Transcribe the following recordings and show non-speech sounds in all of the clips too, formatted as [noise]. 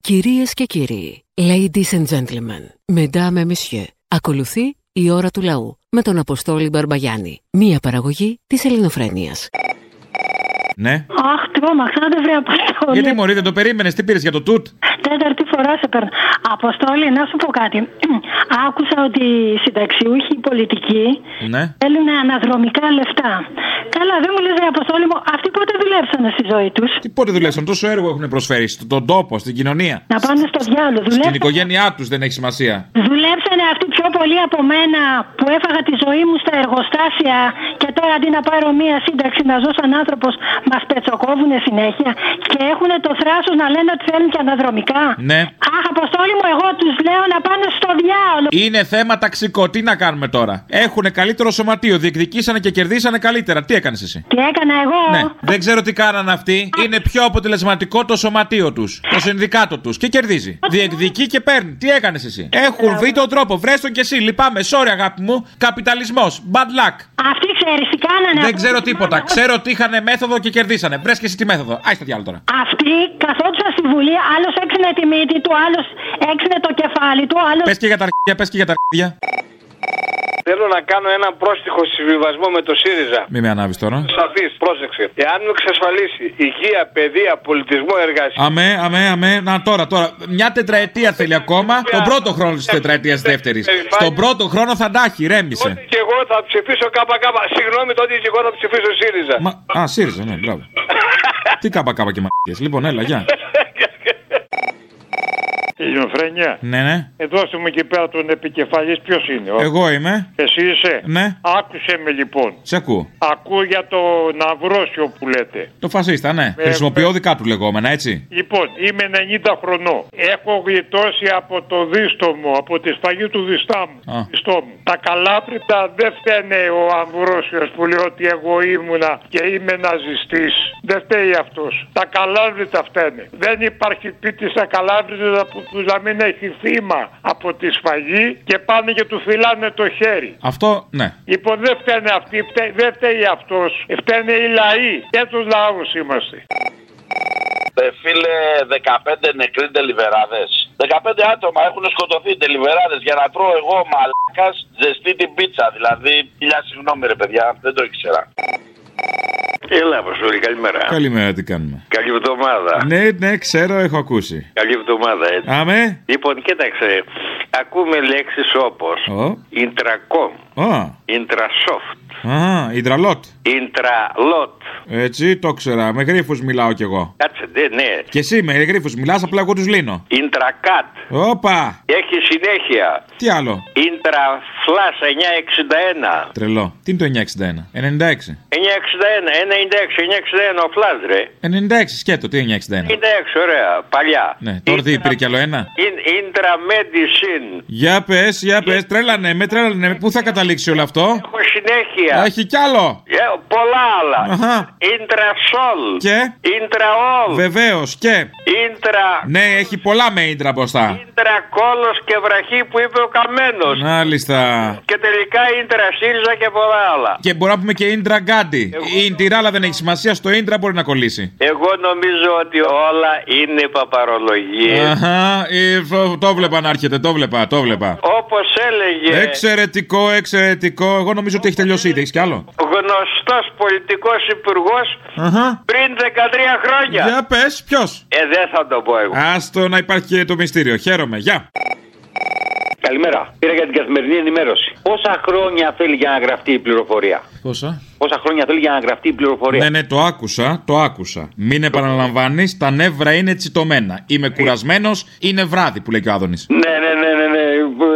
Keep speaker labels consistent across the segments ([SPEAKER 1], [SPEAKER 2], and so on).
[SPEAKER 1] Κυρίες και κύριοι, ladies and gentlemen, mesdames et messieurs, ακολουθεί η ώρα του λαού με τον Αποστόλη Μπαρμπαγιάννη, μία παραγωγή της ελληνοφρένειας.
[SPEAKER 2] Ναι.
[SPEAKER 3] Αχ, τρόμαξα, δεν βρε Αποστόλη.
[SPEAKER 2] Γιατί μωρή δεν το περίμενες, τι πήρες για το τούτ.
[SPEAKER 3] Τέταρτη φορά σε παίρνω. Αποστόλη, να σου πω κάτι. [clears throat] Άκουσα ότι οι συνταξιούχοι οι πολιτικοί
[SPEAKER 2] Ναι.
[SPEAKER 3] θέλουν αναδρομικά λεφτά. Καλά, δεν μου λες, ρε Αποστόλη μου, αυτοί πότε δουλέψανε στη ζωή τους.
[SPEAKER 2] Τι πότε δουλέψαν, τόσο έργο έχουν προσφέρει στον τόπο, στην κοινωνία.
[SPEAKER 3] Να πάνε στο διάλογο.
[SPEAKER 2] Στην
[SPEAKER 3] Δουλέψανε,
[SPEAKER 2] οικογένειά τους δεν έχει σημασία.
[SPEAKER 3] δουλέψανε αυτοί πιο πολύ από μένα που έφαγα τη ζωή μου στα εργοστάσια και τώρα αντί να πάρω μία σύνταξη να ζω σαν άνθρωπος, μας πετσοκόβουνε συνέχεια και έχουν το θράσος να λένε ότι θέλουν και αναδρομικά.
[SPEAKER 2] Ναι.
[SPEAKER 3] Αχ, Αποστόλη μου, εγώ τους λέω να πάνε στο διάολο.
[SPEAKER 2] Είναι θέμα ταξικό, τι να κάνουμε τώρα. Έχουν καλύτερο σωματείο, διεκδικήσανε και κερδίσανε καλύτερα. Τι έκανες εσύ.
[SPEAKER 3] Τι έκανα εγώ.
[SPEAKER 2] Ναι. Δεν ξέρω τι κάνανε αυτοί. Είναι πιο αποτελεσματικό το σωματείο τους. Το συνδικάτο τους. Και κερδίζει. Διεκδικεί και παίρνει. Τι έκανες εσύ. Έχουν βρει τον τρόπο. Βρες τον και εσύ. Λυπάμαι. Sorry, αγάπη μου. Καπιταλισμός. Bad luck.
[SPEAKER 3] Αυτοί ξέρεις τι κάνανε.
[SPEAKER 2] Δεν
[SPEAKER 3] από
[SPEAKER 2] ξέρω
[SPEAKER 3] ό,τι
[SPEAKER 2] τίποτα.
[SPEAKER 3] θυμάμαι.
[SPEAKER 2] Ξέρω ότι είχαν μέθοδο και κερδίσανε. Βρες και εσύ τη μέθοδο. Άι τα διάλογα τώρα.
[SPEAKER 3] Αυτοί καθόντουσαν στη Βουλή, άλλος έξινε τη μύτη του, άλλος έξινε το κεφάλι του, άλλος.
[SPEAKER 2] Πες και για τα αρχίδια, πες και για τα αρχίδια.
[SPEAKER 4] Θέλω να κάνω ένα πρόστιχο συμβιβασμό με το ΣΥΡΙΖΑ.
[SPEAKER 2] Μην με ανάβεις τώρα.
[SPEAKER 4] Σαφή, πρόσεξε. Εάν μου εξασφαλίσει υγεία, παιδεία, πολιτισμό, εργασία.
[SPEAKER 2] Αμέ, αμέ, αμέ. Να τώρα, τώρα. Μια τετραετία θέλει ακόμα. Τον πρώτο χρόνο της τετραετία δεύτερης. Στον πρώτο χρόνο θα τα έχει,
[SPEAKER 4] Τότε
[SPEAKER 2] ρέμισε.
[SPEAKER 4] και εγώ θα ψηφίσω ΚΚ. Συγγνώμη, τότε και εγώ θα ψηφίσω ΣΥΡΙΖΑ.
[SPEAKER 2] Μα... Α, ΣΥΡΙΖΑ, ναι, μπράβο. Τι κάπα κάπα και μαγικέ. Λοιπόν, έλα, γεια.
[SPEAKER 5] Ελληνοφρένια.
[SPEAKER 2] Ναι, ναι.
[SPEAKER 5] Ε, δώστε μου εκεί πέρα τον επικεφαλής, ποιος είναι. ο-
[SPEAKER 2] Εγώ είμαι.
[SPEAKER 5] Εσύ είσαι.
[SPEAKER 2] Ναι.
[SPEAKER 5] Άκουσε με λοιπόν.
[SPEAKER 2] Σε ακούω.
[SPEAKER 5] Ακούω για το Ναυρόσιο που λέτε.
[SPEAKER 2] Το φασίστα, ναι. Χρησιμοποιώ δικά του λεγόμενα, έτσι.
[SPEAKER 5] Λοιπόν, είμαι 90 χρονών. Έχω γλιτώσει από το δίστο μου, από τη σφαγή του διστά μου.
[SPEAKER 2] Α.
[SPEAKER 5] διστό μου. Τα καλάπριτα δεν φταίνε ο Αμβρόσιος που λέει ότι εγώ ήμουνα και είμαι ναζιστής. Δεν φταίει αυτός. Τα καλάβριτα φταίνε. Δεν υπάρχει πίτη στα καλάβριτα που, που να μην έχει θύμα από τη σφαγή και πάνε και του φυλάνε το χέρι.
[SPEAKER 2] Αυτό, ναι.
[SPEAKER 5] Λοιπόν, δεν φταίνε αυτοί, φταί- δεν φταίει αυτός. Φταίνε οι λαοί και τους λαούς είμαστε.
[SPEAKER 6] Ρε φίλε, 15 νεκροί τελιβεράδε. 15 άτομα έχουν σκοτωθεί τελιβεράδε για να τρώω εγώ μαλάκας ζεστή την πίτσα. Δηλαδή, χιλιά συγγνώμη ρε παιδιά, δεν το ήξερα.
[SPEAKER 4] Έλα, Αποστολή, καλημέρα.
[SPEAKER 2] Καλημέρα, τι κάνουμε.
[SPEAKER 4] Καλή εβδομάδα.
[SPEAKER 2] Ναι, ναι, ξέρω, έχω ακούσει.
[SPEAKER 4] Καλή εβδομάδα, έτσι.
[SPEAKER 2] Αμέ.
[SPEAKER 4] Λοιπόν, κοίταξε. Ακούμε λέξεις όπως
[SPEAKER 2] Ω.
[SPEAKER 4] Intracom,
[SPEAKER 2] Α.
[SPEAKER 4] Intrasoft,
[SPEAKER 2] Α, Ιντραλότ.
[SPEAKER 4] Intralot.
[SPEAKER 2] Έτσι, το ξέρα. Με γρήφου μιλάω κι εγώ.
[SPEAKER 4] Κάτσε, ναι, ναι.
[SPEAKER 2] Και εσύ με γρήφου μιλάς, απλά εγώ τους λύνω.
[SPEAKER 4] Intracat.
[SPEAKER 2] Όπα!
[SPEAKER 4] Έχει συνέχεια.
[SPEAKER 2] Τι άλλο.
[SPEAKER 4] Intraflash 961.
[SPEAKER 2] Τρελό. Τι είναι το 961. 96.
[SPEAKER 4] 961, 96, 961 ο Flash, ρε.
[SPEAKER 2] 96, σκέτο, τι είναι 961.
[SPEAKER 4] 96, ωραία, παλιά.
[SPEAKER 2] Ναι, τώρα τι πήρε κι άλλο ένα.
[SPEAKER 4] In, intramedicine.
[SPEAKER 2] Για πες, για πες, τρέλανε με, τρέλανε με. Πού θα καταλήξει όλο αυτό.
[SPEAKER 4] Έχω συνέχεια.
[SPEAKER 2] Έχει κι άλλο.
[SPEAKER 4] Ε, πολλά άλλα.
[SPEAKER 2] Αχα.
[SPEAKER 4] Intrasol.
[SPEAKER 2] Και.
[SPEAKER 4] Intraol.
[SPEAKER 2] Βεβαίως και.
[SPEAKER 4] Intra...
[SPEAKER 2] Ναι, έχει πολλά με ίντρα μπροστά.
[SPEAKER 4] Ίντρα-κόλος και βραχή που είπε ο
[SPEAKER 2] Ναι.
[SPEAKER 4] Καμένος.
[SPEAKER 2] Μάλιστα.
[SPEAKER 4] Και τελικά ίντρα ΣΥΡΙΖΑ και πολλά άλλα.
[SPEAKER 2] Και μπορούμε να πούμε και ίντρα γκάντι. Ίντιρα, αλλά δεν έχει σημασία. Στο ίντρα μπορεί να κολλήσει.
[SPEAKER 4] Εγώ νομίζω ότι όλα είναι παπαρολογίες.
[SPEAKER 2] Αχα, ε, το- το βλέπα να έρχεται, το βλέπα, το βλέπα.
[SPEAKER 4] Όπως έλεγε
[SPEAKER 2] Εξαιρετικό, εξαιρετικό. Εγώ νομίζω ότι έχει τελειώσει ήδη. Έχεις κι άλλο.
[SPEAKER 4] ο γνωστός πολιτικός υπουργός
[SPEAKER 2] Αχα.
[SPEAKER 4] πριν 13 χρόνια.
[SPEAKER 2] Για πες, ποιος.
[SPEAKER 4] Ε, δεν θα το πω εγώ.
[SPEAKER 2] Άστο να υπάρχει και το μυστήριο. Χαίρομαι. Γεια.
[SPEAKER 7] Καλημέρα. Πήρα για την καθημερινή ενημέρωση. Πόσα χρόνια θέλει για να γραφτεί η πληροφορία.
[SPEAKER 2] Πόσα.
[SPEAKER 7] Πόσα χρόνια θέλει για να γραφτεί η πληροφορία.
[SPEAKER 2] Ναι, ναι, το άκουσα, το άκουσα. Μην επαναλαμβάνεις, τα νεύρα είναι τσιτωμένα. Είμαι κουρασμένος, είναι βράδυ που λέει και ο Άδωνης.
[SPEAKER 7] ναι, ναι, ναι, ναι, ναι,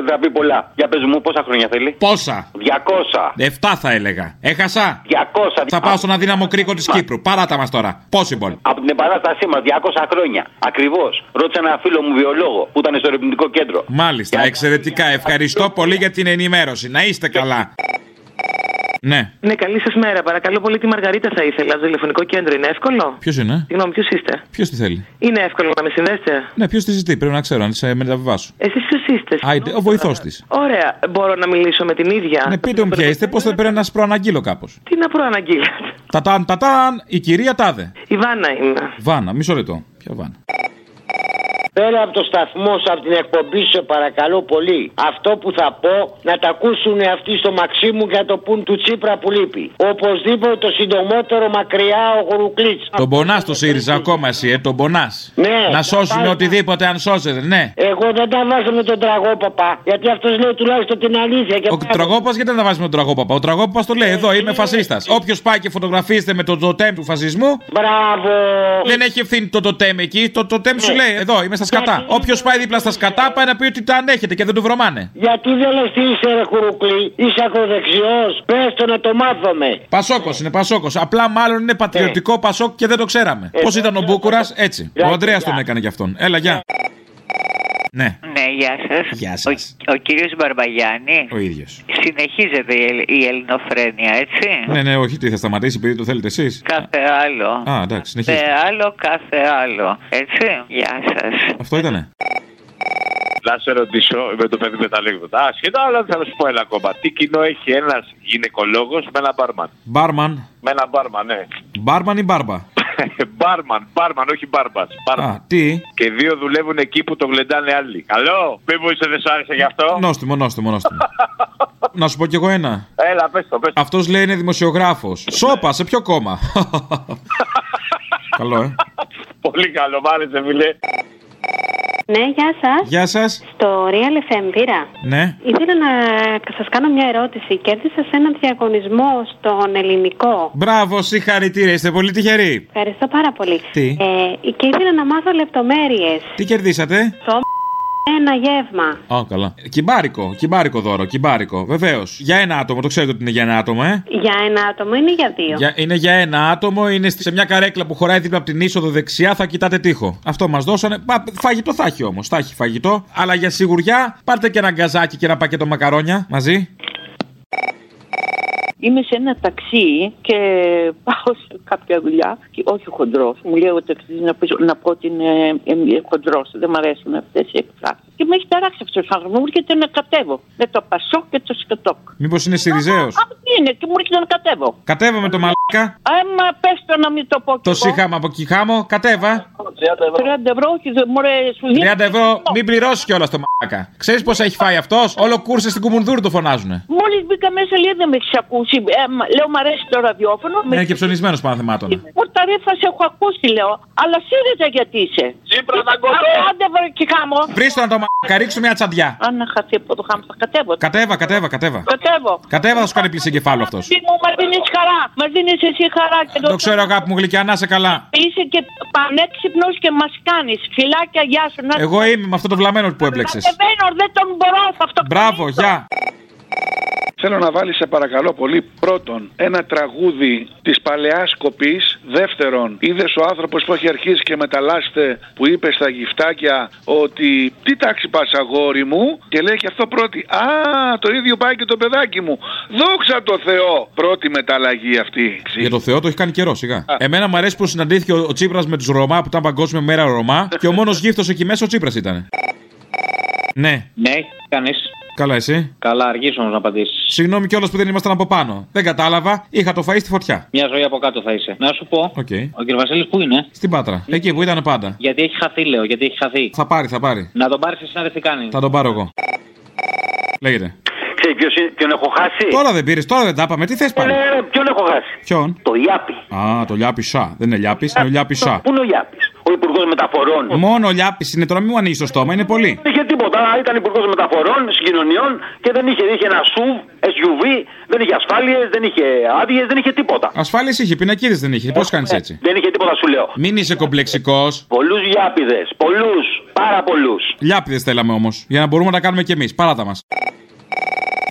[SPEAKER 7] Θα πει πολλά. Για πες μου, πόσα χρόνια θέλει.
[SPEAKER 2] Πόσα.
[SPEAKER 7] 200.
[SPEAKER 2] 7 θα έλεγα. Έχασα.
[SPEAKER 7] 200.
[SPEAKER 2] Θα πάω στον αδύναμο κρίκο της Κύπρου. Παράτα μας τώρα. Possible.
[SPEAKER 7] Από την επανάστασή μας, 200 χρόνια. Ακριβώς. Ρώτησα ένα φίλο μου βιολόγο που ήταν στο ερευνητικό κέντρο.
[SPEAKER 2] Μάλιστα, εξαιρετικά. Ευχαριστώ πολύ για την ενημέρωση. Να είστε καλά. Ναι.
[SPEAKER 8] Ναι, καλή σας μέρα. Παρακαλώ πολύ τη Μαργαρίτα θα ήθελα. Το τηλεφωνικό κέντρο είναι εύκολο.
[SPEAKER 2] Ποιος είναι,
[SPEAKER 8] Συγγνώμη, ποιος είστε.
[SPEAKER 2] ποιος τη θέλει.
[SPEAKER 8] Είναι εύκολο να με συνδέσετε.
[SPEAKER 2] Ναι, ποιος τη ζητεί, πρέπει να ξέρω, αν σε μεταβιβάσω.
[SPEAKER 8] Εσείς ποιος είστε.
[SPEAKER 2] Άιντε, ο βοηθός της.
[SPEAKER 8] Ωραία, μπορώ να μιλήσω με την ίδια.
[SPEAKER 2] Ναι, πείτε μου ποια είστε, πώς θα πρέπει να σας προαναγγείλω κάπως.
[SPEAKER 8] Τι να προαναγγείλετε.
[SPEAKER 2] Τατάν, τατάν, η κυρία Τάδε.
[SPEAKER 8] Η Βάνα είμαι.
[SPEAKER 2] Βάνα, μισό λεπτό. Ποια βάνα.
[SPEAKER 9] πέρα από το σταθμό σου, από την εκπομπή σου, σε παρακαλώ πολύ, αυτό που θα πω να τα ακούσουν αυτοί στο μαξί μου και να το πούν του Τσίπρα που λείπει. Οπωσδήποτε το συντομότερο μακριά ο Γουρουκλίτ.
[SPEAKER 2] Τον πονάς το ΣΥΡΙΖΑ ακόμα εσύ, ε, τον πονάς.
[SPEAKER 9] Ναι,
[SPEAKER 2] να
[SPEAKER 9] θα
[SPEAKER 2] σώσουν
[SPEAKER 9] πάρει-
[SPEAKER 2] οτιδήποτε αν σώζεται, ναι.
[SPEAKER 9] Εγώ δεν τα βάζω με τον τραγόπαπα, γιατί αυτός λέει τουλάχιστον την αλήθεια. Και
[SPEAKER 2] Ο
[SPEAKER 9] πάει-
[SPEAKER 2] τραγόπας γιατί δεν τα βάζουμε τον τραγόπαπα. Ο τραγόπαπα το λέει: Εδώ είμαι φασίστα. Όποιος πάει και φωτογραφίζεται με το τοτέμ του φασισμού.
[SPEAKER 9] Μπράβο.
[SPEAKER 2] Δεν έχει ευθύνη το τοτέμ εκεί. Το τοτέμ σου λέει: Εδώ είμαι στα σκατά. Όποιος πάει δίπλα στα σκατά πάει να πει ότι τα ανέχεται και δεν του βρωμάνε.
[SPEAKER 9] Γιατί δεν λες τι είσαι ρε κουρουκλή, είσαι ακροδεξιός, πες το να το μάθουμε.
[SPEAKER 2] Πασόκος είναι, Πασόκος. Απλά μάλλον είναι
[SPEAKER 7] Ε.
[SPEAKER 2] πατριωτικό Πασόκ και δεν το ξέραμε. Πώ ήταν ο Μπούκουρα, έτσι. Ο Αντρέα τον έκανε κι αυτόν. Έλα, γεια. Ναι,
[SPEAKER 3] Ναι, γεια σας.
[SPEAKER 2] Γεια σας.
[SPEAKER 3] Ο, ο κύριος Μπαρμπαγιάννη.
[SPEAKER 2] ο ίδιος.
[SPEAKER 3] Συνεχίζεται η, ελ- η ελληνοφρένεια, έτσι.
[SPEAKER 2] Ναι, ναι, όχι, τι θα σταματήσει επειδή το θέλετε εσείς.
[SPEAKER 3] Κάθε άλλο.
[SPEAKER 2] Α, εντάξει, συνεχίζει.
[SPEAKER 3] Κάθε άλλο, κάθε άλλο. Έτσι. Γεια σας.
[SPEAKER 2] Αυτό ήτανε.
[SPEAKER 10] Να σε ρωτήσω με το παιδί με τα λέγματα. Ασχετά, αλλά θα σου πω ένα ακόμα. Τι κοινό έχει ένας γυναικολόγος με ένα μπάρμαν.
[SPEAKER 2] Μπάρμαν.
[SPEAKER 10] Με ένα μπάρμαν, ναι. [laughs]
[SPEAKER 2] Μπάρμαν ή μπάρμπα.
[SPEAKER 10] μπάρμαν, μπάρμαν, όχι μπάρμπας.
[SPEAKER 2] Α, τι.
[SPEAKER 10] Και δύο δουλεύουν εκεί που το γλεντάνε άλλοι. Καλό, μήπω είσαι δεν σ' άρεσε γι' αυτό.
[SPEAKER 2] Νόστιμο, νόστιμο, νόστιμο. Να σου πω κι εγώ ένα.
[SPEAKER 10] Έλα, πες το, πες.
[SPEAKER 2] Αυτός λέει είναι δημοσιογράφος. Σόπα, σε ποιο κόμμα. Καλό, ε.
[SPEAKER 10] Πολύ καλό, μ' άρεσε, φιλέ.
[SPEAKER 11] Ναι, γεια σας.
[SPEAKER 2] Γεια σας.
[SPEAKER 11] Στο Real FM Πύρα.
[SPEAKER 2] Ναι.
[SPEAKER 11] Ήθελα να σας κάνω μια ερώτηση. Κέρδισα σε έναν διαγωνισμό στον ελληνικό.
[SPEAKER 2] Μπράβο, συγχαρητήρια, είστε πολύ τυχεροί.
[SPEAKER 11] Ευχαριστώ πάρα πολύ.
[SPEAKER 2] Τι?
[SPEAKER 11] Ε, και ήθελα να μάθω λεπτομέρειες.
[SPEAKER 2] Τι κερδίσατε.
[SPEAKER 11] Στο ένα γεύμα.
[SPEAKER 2] Α, καλά. Κυμπάρικο, κυμπάρικο δώρο, κυμπάρικο. Βεβαίως. Για ένα άτομο, το ξέρετε ότι είναι για ένα άτομο, ε.
[SPEAKER 11] Για ένα άτομο είναι για δύο.
[SPEAKER 2] Για, είναι για ένα άτομο, είναι στη- σε μια καρέκλα που χωράει δίπλα από την είσοδο δεξιά, θα κοιτάτε τείχο. Αυτό μας δώσανε. Πα, φαγητό θα έχει όμως, θα έχει φαγητό. Αλλά για σιγουριά, πάρτε και ένα γκαζάκι και ένα πακέτο μακαρόνια μαζί.
[SPEAKER 12] Είμαι σε ένα ταξί και πάω σε κάποια δουλειά. Και όχι χοντρός. Μου λέει ο ταξί να, πεις- να πω ότι είναι χοντρός. Δεν μου αρέσουν αυτές οι εκφράσεις. Και με έχει ταράξει αυτός ο άνθρωπος. Μου έρχεται να κατέβω με το πασό και το σκοτόκ.
[SPEAKER 2] Μήπως είναι Σιριζέος.
[SPEAKER 12] Α, τι είναι, και μου έρχεται να κατέβω.
[SPEAKER 2] Κατέβαμε το μαλάκα.
[SPEAKER 12] Άμα πες το να μην το πω. κι
[SPEAKER 2] Το
[SPEAKER 12] εγώ.
[SPEAKER 2] σίχαμα από κιχάμο, κατέβα.
[SPEAKER 12] Λοιπόν. 30 ευρώ, όχι, δεν μου σου δίνει.
[SPEAKER 2] 30 ευρώ, μην πληρώσεις κιόλας το μαλάκα. Ξέρεις πώς έχει φάει αυτός, όλο κούρσε στην κουμουνδούρ το φωνάζουνε.
[SPEAKER 12] Μόλις μπήκα μέσα, λέει δεν με έχεις ακούσει. Ε, μα- λέω, μου αρέσει το ραδιόφωνο. με
[SPEAKER 2] Είναι Ναι, και ψωνισμένος πάνω θεμάτων.
[SPEAKER 12] Πόρτα ρε, θα σε έχω ακούσει, λέω. Αλλά ΣΥΡΙΖΑ γιατί είσαι. Τσίπρα να κοντώ. Άντε βρε και χάμω.
[SPEAKER 2] Βρίστε να το μαλάκα, ρίξου μια τσαντιά.
[SPEAKER 12] Αν να χαθεί από το χάμω, θα κατέβω.
[SPEAKER 2] Κατέβα, κατέβα, κατέβα.
[SPEAKER 12] Κατέβω.
[SPEAKER 2] Κατέβα, θα σου κάνει πλήση εγκεφάλου αυτός.
[SPEAKER 12] Εσύ μου, μα δίνεις χαρά. Μα δίνεις εσύ χαρά. Και
[SPEAKER 2] Το ξέρω, αγάπη μου γλυκιά, να είσαι καλά.
[SPEAKER 12] Είσαι και πανέξυπνος και μας κάνεις. Φιλάκια, γεια σου. Να...
[SPEAKER 2] Εγώ είμαι με αυτό το βλαμμένο που έπλεξε.
[SPEAKER 12] Κατεβαίνω, δεν τον μπορώ σε αυτό.
[SPEAKER 2] Μπράβο, γεια.
[SPEAKER 13] Θέλω να βάλεις σε παρακαλώ πολύ πρώτον ένα τραγούδι της παλαιάς κοπής. Δεύτερον, είδες ο άνθρωπος που έχει αρχίσει και μεταλλάσσεται που είπε στα γυφτάκια ότι τι τάξη πας αγόρι μου και λέει και αυτό πρώτη. Α, το ίδιο πάει και το παιδάκι μου. Δόξα το Θεό! Πρώτη μεταλλαγή αυτή.
[SPEAKER 2] Για το Θεό το έχει κάνει καιρό, σιγά. Εμένα μου αρέσει που συναντήθηκε ο, ο Τσίπρας με τους Ρωμά που ήταν Παγκόσμια Μέρα Ρωμά και ο μόνος γύφτος εκεί μέσα ο Τσίπρας ήταν. Ναι.
[SPEAKER 14] Ναι, κανείς.
[SPEAKER 2] Καλά, εσύ.
[SPEAKER 14] Καλά, αργεί όμω να απαντήσεις.
[SPEAKER 2] Συγγνώμη κιόλας που δεν ήμασταν από πάνω. Δεν κατάλαβα. Είχα το φαΐ στη φωτιά.
[SPEAKER 14] Μια ζωή από κάτω θα είσαι. Να σου πω,
[SPEAKER 2] Οκ.
[SPEAKER 14] ο κ. Βασίλης πού είναι.
[SPEAKER 2] Στην Πάτρα. Εκεί που ήταν πάντα.
[SPEAKER 14] Γιατί έχει χαθεί, λέω, γιατί έχει χαθεί.
[SPEAKER 2] Θα πάρει, θα πάρει.
[SPEAKER 14] Να τον πάρεις εσύ να δεν τι κάνει.
[SPEAKER 2] Θα τον πάρω εγώ. Λέγεται.
[SPEAKER 4] Ξέρει ποιος είναι, ποιον έχω χάσει.
[SPEAKER 2] Τώρα δεν πήρες, τώρα δεν τα είπαμε. Τι θες πάλι.
[SPEAKER 4] Ε, ρε, ποιον έχω χάσει.
[SPEAKER 2] Ποιον.
[SPEAKER 4] Το Λιάπη.
[SPEAKER 2] Α, το λιάπι σα. Δεν είναι λιάπι, είναι ο λιάπι σα.
[SPEAKER 4] Πού είναι ο Λιάπης, ο Υπουργό
[SPEAKER 14] Ε,
[SPEAKER 4] Μεταφορών.
[SPEAKER 2] Μόνο λιάπι είναι τώρα, μην μου ανοίξει το στόμα, είναι πολύ.
[SPEAKER 4] Δεν είχε τίποτα. Ήταν Υπουργός Μεταφορών, Συγκοινωνιών και δεν είχε, είχε ένα SUV, SUV, δεν είχε ασφάλειες, δεν είχε άδειες, δεν είχε τίποτα.
[SPEAKER 2] Ασφάλειες είχε, πινακίδες δεν είχε. Πώς
[SPEAKER 14] Ε,
[SPEAKER 2] κάνεις έτσι.
[SPEAKER 4] Δεν είχε τίποτα, σου λέω.
[SPEAKER 2] Μην είσαι κομπλεξικός.
[SPEAKER 4] Πολλούς Λιάπηδες, πολλούς, πάρα πολλούς.
[SPEAKER 2] Λιάπηδες θέλαμε όμως. Για να μπορούμε να τα κάνουμε κι εμείς. Παράτα μας.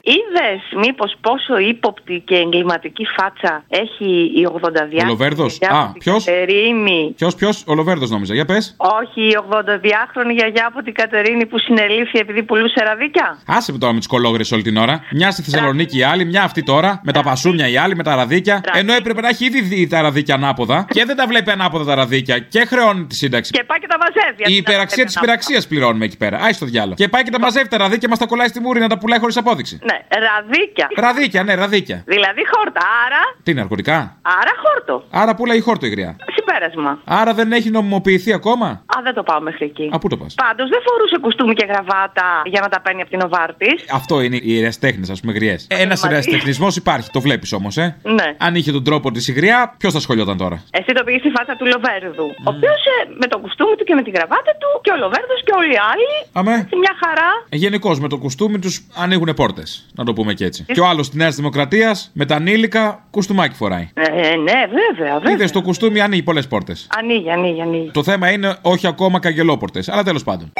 [SPEAKER 15] Είδε μήπως πόσο ύποπτη και εγκληματική φάτσα έχει η 82η.
[SPEAKER 2] Ο Λοβέρδο. Α, ποιος.
[SPEAKER 15] Κατερίνη.
[SPEAKER 2] Ποιος, ποιος. Ο Λοβέρδο νόμιζα. Για πες.
[SPEAKER 15] Όχι, η 82χρονη γιαγιά από την Κατερίνη που συνελήφθη επειδή πουλούσε ραδίκια.
[SPEAKER 2] Άσε με τώρα με τι κολόγρε όλη την ώρα. Μια στη Θεσσαλονίκη η άλλη, μια αυτή τώρα. Με τα πασούνια η άλλη, με τα ραδίκια. Ενώ έπρεπε να έχει ήδη δει τα ραδίκια ανάποδα. Και δεν τα βλέπει ανάποδα τα ραδίκια. Και χρεώνει τη σύνταξη.
[SPEAKER 15] Και πάει και τα μαζεύει.
[SPEAKER 2] Η υπεραξία τη υπεραξία πληρώνουμε εκεί πέρα. Άι στο διάλογο. Και πάει και τα μαζεύει τα ραδίκια και μας τα κολλάει στη μούρη να τα πουλάει χωρίς απόδειξη.
[SPEAKER 15] Ναι, Ραδίκια.
[SPEAKER 2] Ραδίκια, ναι, ραδίκια.
[SPEAKER 15] Δηλαδή χόρτα. Άρα,
[SPEAKER 2] Τι ναρκωτικά.
[SPEAKER 15] άρα χόρτο.
[SPEAKER 2] Άρα πουλάει χόρτο η γριά.
[SPEAKER 15] Συμπέρασμα.
[SPEAKER 2] Άρα δεν έχει νομιμοποιηθεί ακόμα.
[SPEAKER 15] Α, δεν το πάω μέχρι εκεί.
[SPEAKER 2] Α, πού το πας.
[SPEAKER 15] Πάντως δεν φορούσε κουστούμι και γραβάτα για να τα παίρνει από την Οβάρτης.
[SPEAKER 2] Αυτό είναι οι εραστέχνε, ας πούμε, γριές. Ένα
[SPEAKER 15] Μαρία.
[SPEAKER 2] εραστεχνισμό Ε, υπάρχει, το βλέπεις όμως, ε.
[SPEAKER 15] Ναι.
[SPEAKER 2] Αν είχε τον τρόπο της η γριά, ποιος θα σχολιόταν τώρα.
[SPEAKER 15] Εσύ το πήγες στη φάτσα του Λοβέρδου.
[SPEAKER 2] Ναι.
[SPEAKER 15] Ο οποίος με το κουστούμι του και με την γραβάτα του και ο Λοβέρδος και όλοι οι άλλοι.
[SPEAKER 2] Αμέ.
[SPEAKER 15] έτσι, μια χαρά.
[SPEAKER 2] Γενικώς με το κουστούμι τους ανοίγουν πόρτες. Να το πούμε και έτσι.
[SPEAKER 15] Ε.
[SPEAKER 2] Και ο άλλος της Νέας Δημοκρατίας με τα ανήλικα κουστούμάκι φοράει.
[SPEAKER 15] Ε, ναι, βέβαια, βέβαια.
[SPEAKER 2] Είδες το κουστούμι ανοίγει πολλές πόρτες.
[SPEAKER 15] Ανοίγει, ανοίγει, ανοίγει.
[SPEAKER 2] Το θέμα είναι όχι ακόμα καγελόπορτε, αλλά τέλος πάντων.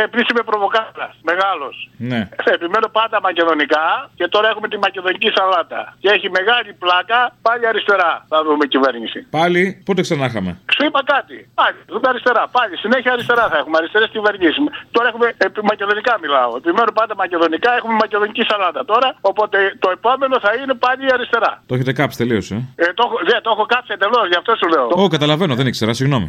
[SPEAKER 16] Ε, πριν είμαι προβοκάτα, μεγάλος.
[SPEAKER 2] Ναι.
[SPEAKER 16] Επιμένω πάντα μακεδονικά και τώρα έχουμε τη μακεδονική σαλάτα. Και έχει μεγάλη πλάκα, πάλι αριστερά θα δούμε κυβέρνηση.
[SPEAKER 2] Πάλι, πότε ξανά είχαμε.
[SPEAKER 16] Σου είπα κάτι. Πάλι, δούμε αριστερά. Πάλι, συνέχεια αριστερά θα έχουμε. Αριστερές κυβερνήσεις. Τώρα έχουμε. Επί, μακεδονικά μιλάω. Επιμένω πάντα μακεδονικά. Έχουμε μακεδονική σαλάτα τώρα. Οπότε το επόμενο θα είναι πάλι η αριστερά.
[SPEAKER 2] Το έχετε κάψει τελείως, ε.
[SPEAKER 16] Ε, το, έχω, δεν, το έχω κάψει εντελώς, γι' αυτό σου λέω.
[SPEAKER 2] Ω, καταλαβαίνω, δεν ήξερα, συγγνώμη.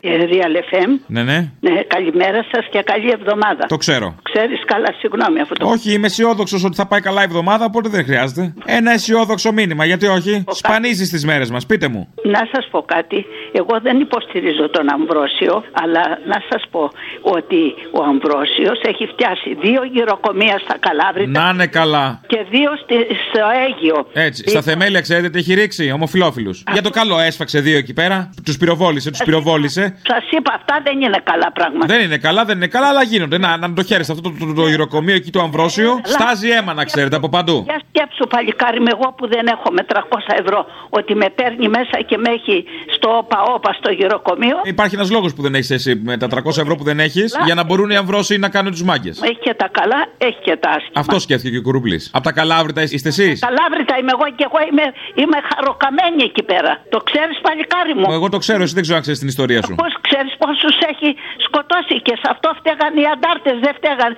[SPEAKER 17] Ε, Real FM.
[SPEAKER 2] Ναι, ναι.
[SPEAKER 17] Ναι, καλημέρα σας και καλή εβδομάδα.
[SPEAKER 2] Το ξέρω.
[SPEAKER 17] Ξέρεις καλά, συγγνώμη αυτό το.
[SPEAKER 2] Όχι, είμαι αισιόδοξος ότι θα πάει καλά η εβδομάδα, οπότε δεν χρειάζεται. Ένα αισιόδοξο μήνυμα, γιατί όχι. Σπανίζεις τις μέρες μας, πείτε μου.
[SPEAKER 17] Να σας πω κάτι. Εγώ δεν υποστηρίζω τον Αμβρόσιο, αλλά να σας πω ότι ο Αμβρόσιος έχει φτιάσει δύο γυροκομεία στα Καλάβρητα
[SPEAKER 2] Να είναι καλά.
[SPEAKER 17] και δύο στη- στο Αίγυο.
[SPEAKER 2] Έτσι, στα θεμέλια ξέρετε τι έχει ρίξει, ομοφυλόφιλους. Για το καλό έσφαξε δύο εκεί πέρα, τους πυροβόλησε, τους πυροβόλησε.
[SPEAKER 17] Σας είπα, αυτά δεν είναι καλά πράγματα.
[SPEAKER 2] Δεν είναι καλά, δεν είναι καλά, αλλά γίνονται. Να, να το χαίρεστε αυτό το, το, το, το γυροκομείο εκεί το Αμβρόσιο. Στάζει αίμα, να ξέρετε, από παντού.
[SPEAKER 17] Για σκέψου παλικάρι με εγώ που δεν έχω με 300 ευρώ ότι με παίρνει μέσα και με έχει στο όπα-όπα στο γυροκομείο.
[SPEAKER 2] Υπάρχει ένας λόγος που δεν έχεις εσύ με τα 300 ευρώ που δεν έχεις, για να μπορούν οι Αμβρόσιοι να κάνουν τους μάγκες.
[SPEAKER 17] Έχει και τα καλά, έχει και τα άσχημα.
[SPEAKER 2] Αυτό σκέφτηκε και ο Κουρουμπλή. Από τα καλάβρητα είστε εσείς.
[SPEAKER 17] Καλάβρητα είμαι εγώ και εγώ είμαι, είμαι χαροκαμένη εκεί πέρα. Το ξέρεις παλικάρι μου.
[SPEAKER 2] Εγώ το ξέρω, εσύ δεν ξέρω αν ξέρεις την ιστορία σου.
[SPEAKER 17] Πώς ξέρεις πόσους έχει σκοτώσει και σε αυτό φταίγαν οι αντάρτες, δεν φταίγαν.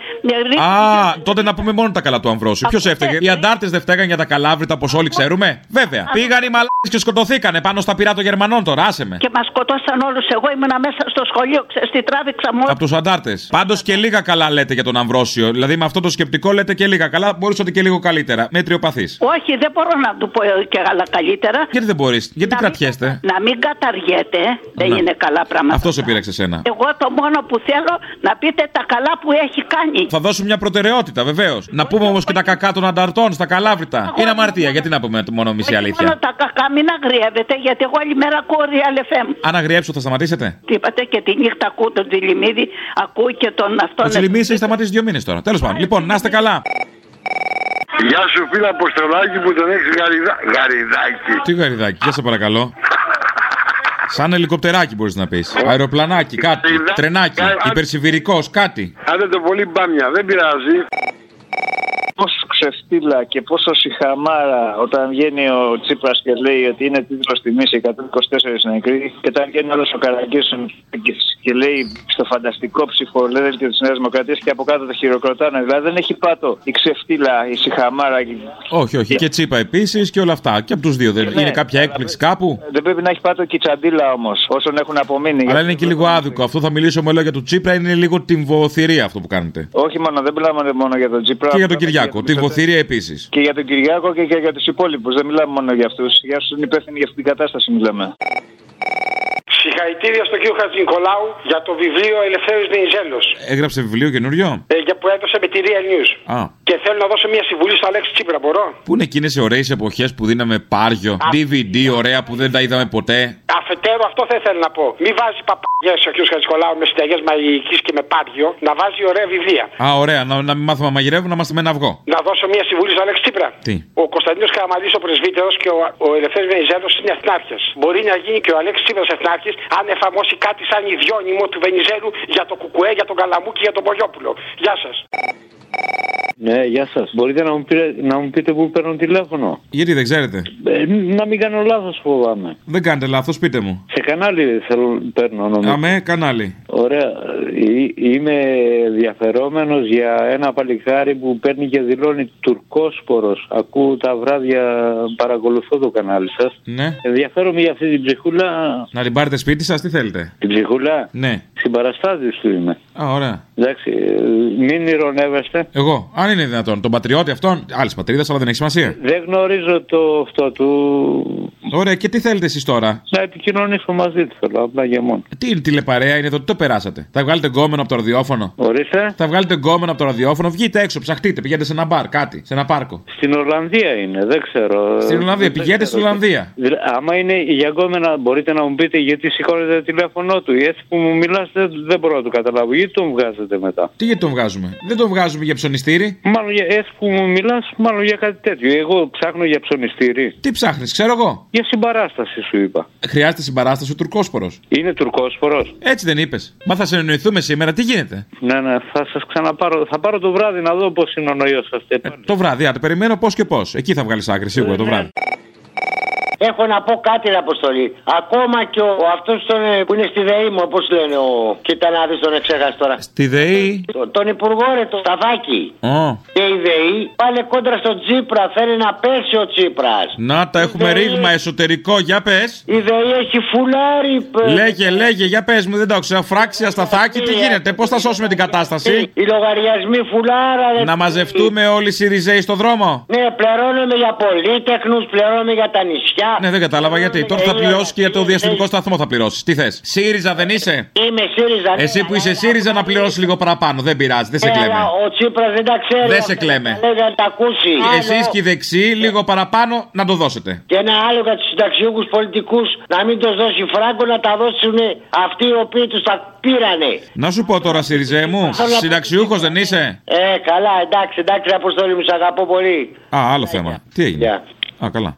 [SPEAKER 2] Α, τότε να πούμε μόνο τα καλά του Αμβρόσιου. Ποιος έφταιγε. Οι αντάρτες δεν φταίγαν για τα καλάβρητα, όπως όλοι ξέρουμε. Βέβαια. Πήγαν οι μαλάκες και σκοτωθήκανε πάνω στα πυρά των Γερμανών τώρα, άσε με.
[SPEAKER 17] Και μας σκοτώσαν όλους. Εγώ ήμουνα μέσα στο σχολείο, ξέρεις τι τράβηξα μόνο.
[SPEAKER 2] Από τους αντάρτες. Πάντως και λίγα καλά λέτε για τον Αμβρόσιο. Δηλαδή με αυτό το σκεπτικό λέτε και λίγα καλά. Μπορούσατε και λίγο καλύτερα. Μέτριοπαθή.
[SPEAKER 17] Όχι, δεν μπορώ να του πω και καλά καλύτερα.
[SPEAKER 2] Γιατί δεν μπορείς, γιατί κρατιέστε.
[SPEAKER 17] Να μην καταργέται, ε. δεν
[SPEAKER 2] Ναι.
[SPEAKER 17] είναι καλά πράγματα.
[SPEAKER 2] Αυτό σε πήραξε σένα.
[SPEAKER 17] Εγώ το μόνο που θέλω να πείτε τα καλά που έχει κάνει.
[SPEAKER 2] Θα δώσουμε μια προτεραιότητα, βεβαίως. Να πούμε όμως και τα κακά των ανταρτών στα καλάβρητα. Είναι αμαρτία, γιατί να πούμε μόνο μισή
[SPEAKER 17] Μόνο
[SPEAKER 2] αλήθεια.
[SPEAKER 17] τα κακά μην αγριεύετε, γιατί εγώ όλη μέρα ακούω Real FM.
[SPEAKER 2] Αν αγριέψω, θα σταματήσετε.
[SPEAKER 17] Τι είπατε και τη νύχτα ακούω τον Τζιλιμίδη, ακούω και τον
[SPEAKER 2] Το
[SPEAKER 17] αυτόν.
[SPEAKER 2] τσιλιμί έχει σταματήσει δύο μήνες τώρα. Τέλος πάντων, λοιπόν, να είστε καλά.
[SPEAKER 18] Γεια σου φίλε Αποστολάκη που τον έχεις γαριδα... γαριδάκι.
[SPEAKER 2] Τι γαριδάκι, για σε παρακαλώ. Σαν ελικοπτεράκι μπορείς να πεις. Αεροπλανάκι, κάτι. Τρενάκι. Υπερσιβηρικό, κάτι.
[SPEAKER 18] Άντε το πολύ μπάμια, δεν πειράζει.
[SPEAKER 10] Πόσο ξεφτύλα και πόσο συχαμάρα όταν βγαίνει ο Τσίπρας και λέει ότι είναι τίτλος τιμή 124 νεκροί, και όταν βγαίνει όλος ο Καραγκίσον και λέει στο φανταστικό ψηφολέδελτιο της Νέας Δημοκρατίας και από κάτω το χειροκροτάνε. Δηλαδή δεν έχει πάτο η ξεφτύλα, η συχαμάρα.
[SPEAKER 2] Όχι, όχι. Και τσίπα επίσης και όλα αυτά. Και από τους δύο δεν
[SPEAKER 10] Ναι,
[SPEAKER 2] είναι κάποια έκπληξη κάπου.
[SPEAKER 10] Δεν πρέπει να έχει πάτο και η τσαντίλα όμως, όσων έχουν απομείνει.
[SPEAKER 2] Αλλά είναι και λίγο άδικο. Αυτό θα μιλήσω με λόγια για του Τσίπρα. Είναι λίγο την βοθυρία αυτό που κάνετε.
[SPEAKER 10] Όχι μόνο, δεν μιλάμε μόνο για τον Τσίπρα.
[SPEAKER 2] Και για τον
[SPEAKER 10] μιλάμε
[SPEAKER 2] Κυριάκο. Την βοθυρία επίσης.
[SPEAKER 10] Και για τον Κυριάκο και, και για τους υπόλοιπους. Δεν μιλάμε μόνο για αυτούς. Για όσους είναι υπεύθυνοι για αυτή την κατάσταση μιλάμε.
[SPEAKER 19] Συγχαρητήρια στον κύριο Χατζη Νικολάου για το βιβλίο Ελευθέρω Βενιζέλο.
[SPEAKER 2] Έγραψε βιβλίο καινούριο.
[SPEAKER 19] Ε, για που έδωσε με τη Real News.
[SPEAKER 2] Α.
[SPEAKER 19] Και θέλω να δώσω μια συμβουλή στο Αλέξη Τσίπρα, μπορώ.
[SPEAKER 2] Πού είναι εκείνες οι ωραίες εποχές που δίναμε πάριο, DVD ωραία που δεν τα είδαμε ποτέ.
[SPEAKER 19] Αφετέρου, αυτό θα ήθελα να πω. Μην βάζει παπαγιές ο κ. Χατζικολάου με συνταγέ μαγικής και με πάριο, να βάζει ωραία βιβλία.
[SPEAKER 2] Α, ωραία, να, να μην μάθουμε να μαγειρεύουμε, να είμαστε με ένα αυγό.
[SPEAKER 19] Να δώσω μια συμβουλή στον Αλέξη Τσίπρα.
[SPEAKER 2] Τι.
[SPEAKER 19] Ο Κωνσταντίνος Καραμαλής, ο πρεσβύτερος και ο, ο Ελευθέρω Βενιζέλος είναι εθνάρχες. Μπορεί να γίνει και ο Αλέξη Τσίπρας εθνάρχης αν εφαρμόσει κάτι σαν ιδιώνυμο του Βενιζέλου για το Κουκουέ, για τον Καλαμού και για τον Πογιόπουλο. Γεια σας.
[SPEAKER 20] Ναι, γεια σας. Μπορείτε να μου, πήρε- να μου πείτε πού παίρνω τηλέφωνο.
[SPEAKER 2] Γιατί δεν ξέρετε.
[SPEAKER 20] Ε, να μην κάνω λάθος, φοβάμαι.
[SPEAKER 2] Δεν κάνετε λάθος, πείτε μου.
[SPEAKER 20] Σε κανάλι θέλω, παίρνω νομίζω.
[SPEAKER 2] Αμέ, κανάλι.
[SPEAKER 20] Ωραία. Ε, Είμαι ενδιαφερόμενος για ένα παλικάρι που παίρνει και δηλώνει τουρκόσπορος. Ακούω τα βράδια, παρακολουθώ το κανάλι σας.
[SPEAKER 2] Ναι.
[SPEAKER 20] Ενδιαφέρομαι για αυτή την ψυχούλα.
[SPEAKER 2] Να την πάρετε σπίτι σας, τι θέλετε.
[SPEAKER 20] Την ψυχούλα.
[SPEAKER 2] Ναι.
[SPEAKER 20] Συμπαραστάτη του είμαι.
[SPEAKER 2] Α, ωραία.
[SPEAKER 20] Εντάξει, ε, μην ηρωνεύεστε.
[SPEAKER 2] Εγώ, αν είναι δυνατόν. Τον πατριώτη αυτόν, άλλη πατρίδα, αλλά δεν έχει σημασία.
[SPEAKER 20] Δεν γνωρίζω το αυτό του.
[SPEAKER 2] Ωραία, και τι θέλετε εσείς τώρα.
[SPEAKER 20] Να επικοινωνήσω μαζί του, θέλω απλά και μόνο.
[SPEAKER 2] Τι είναι τηλεπαρέα, είναι το τι το περάσατε. Θα βγάλετε γκόμενο από το ραδιόφωνο.
[SPEAKER 20] Ορίστε.
[SPEAKER 2] Θα βγάλετε γκόμενο από το ραδιόφωνο, βγείτε έξω, ψαχτείτε, πηγαίνετε σε ένα μπαρ, κάτι, σε ένα πάρκο.
[SPEAKER 20] Στην Ολλανδία είναι, δεν ξέρω.
[SPEAKER 2] Στην Ολλανδία,
[SPEAKER 20] Δεν
[SPEAKER 2] πηγαίνετε στην
[SPEAKER 20] ξέρω.
[SPEAKER 2] Ολλανδία.
[SPEAKER 20] Δηλα- Άμα είναι για γκόμενα, μπορείτε να μου πείτε γιατί σηκώνετε το τηλέφωνό του. Ή έτσι που μου μιλάτε, δεν- δεν μπορώ να το καταλάβω. Γιατί τον βγάζετε μετά.
[SPEAKER 2] Τι γιατί τον βγάζουμε. Δεν τον βγάζουμε για ψωνιστήρι.
[SPEAKER 20] Μάλλον για, έτσι που μου μιλάς, μάλλον για κάτι τέτοιο. Εγώ ψάχνω για ψωνιστήρι.
[SPEAKER 2] Τι ψάχνεις, ξέρω εγώ.
[SPEAKER 20] Για συμπαράσταση σου είπα.
[SPEAKER 2] Χρειάζεται συμπαράσταση ο Τουρκόσπορος.
[SPEAKER 20] Είναι τουρκόσπορος.
[SPEAKER 2] Έτσι δεν είπες. Μα θα συνεννοηθούμε σήμερα, τι γίνεται.
[SPEAKER 20] Ναι, ναι, θα σας ξαναπάρω. Θα πάρω το βράδυ να δω πώς είναι ο νοϊό σα.
[SPEAKER 2] Το βράδυ, άντε, περιμένω πώς και πώς. Εκεί θα βγάλεις άκρη σίγουρα το βράδυ.
[SPEAKER 9] Έχω να πω κάτι, ρε Αποστολή. Ακόμα και ο αυτό που είναι στη ΔΕΗ μου, όπως λένε, ο. Κοίτα να δεις τον εξέχασε τώρα.
[SPEAKER 2] Τη ΔΕΗ.
[SPEAKER 9] Το- Τον υπουργό, ρε, το Σταδάκι.
[SPEAKER 2] Ω,
[SPEAKER 9] Και η ΔΕΗ πάλι κόντρα στον Τσίπρα. Θέλει να πέσει ο Τσίπρας.
[SPEAKER 2] να τα έχουμε ρήγμα εσωτερικό, για πες.
[SPEAKER 9] Η ΔΕΗ έχει φουλάρει, παι-
[SPEAKER 2] Λέγε, λέγε, για πες μου, δεν τα ξέρω. Φράξια σταθάκι, τι γίνεται, πώς θα σώσουμε την κατάσταση.
[SPEAKER 9] Οι λογαριασμοί φουλάρα, ρε.
[SPEAKER 2] Να μαζευτούμε όλοι οι Ριζέοι στο δρόμο.
[SPEAKER 9] Ναι, πληρώνουμε για πολίτεχνους, πληρώνουμε για τα νησιά.
[SPEAKER 2] Ναι, δεν κατάλαβα γιατί. Τώρα θα πληρώσει και για το διαστημικό σταθμό θα πληρώσει. Τι θες, ΣΥΡΙΖΑ δεν είσαι.
[SPEAKER 9] Είμαι ΣΥΡΙΖΑ. ναι,
[SPEAKER 2] Εσύ που είσαι ΣΥΡΙΖΑ να πληρώσει λίγο παραπάνω. Δεν πειράζει, Ε, δεν σε
[SPEAKER 9] αλλά
[SPEAKER 2] κλαίμε.
[SPEAKER 9] Ο Τσίπρας δεν τα ξέρει.
[SPEAKER 2] Δεν
[SPEAKER 9] αυτά
[SPEAKER 2] σε
[SPEAKER 9] τα
[SPEAKER 2] κλαίμε.
[SPEAKER 9] λέει, Δεν τα ακούσει.
[SPEAKER 2] Εσείς και οι δεξιοί λίγο παραπάνω να το δώσετε.
[SPEAKER 9] Και ένα άλλο για τους συνταξιούχους πολιτικούς να μην τους δώσει φράγκο να τα δώσουν αυτοί οι οποίοι τους τα πήρανε.
[SPEAKER 2] Να σου πω τώρα, ΣΥΡΙΖΑ μου, συνταξιούχος δεν είσαι.
[SPEAKER 9] Ε, καλά, εντάξει, εντάξει, Αποστολή μου, σ' αγαπώ πολύ.
[SPEAKER 2] Α, άλλο θέμα. Τι έγινε. Α, καλά.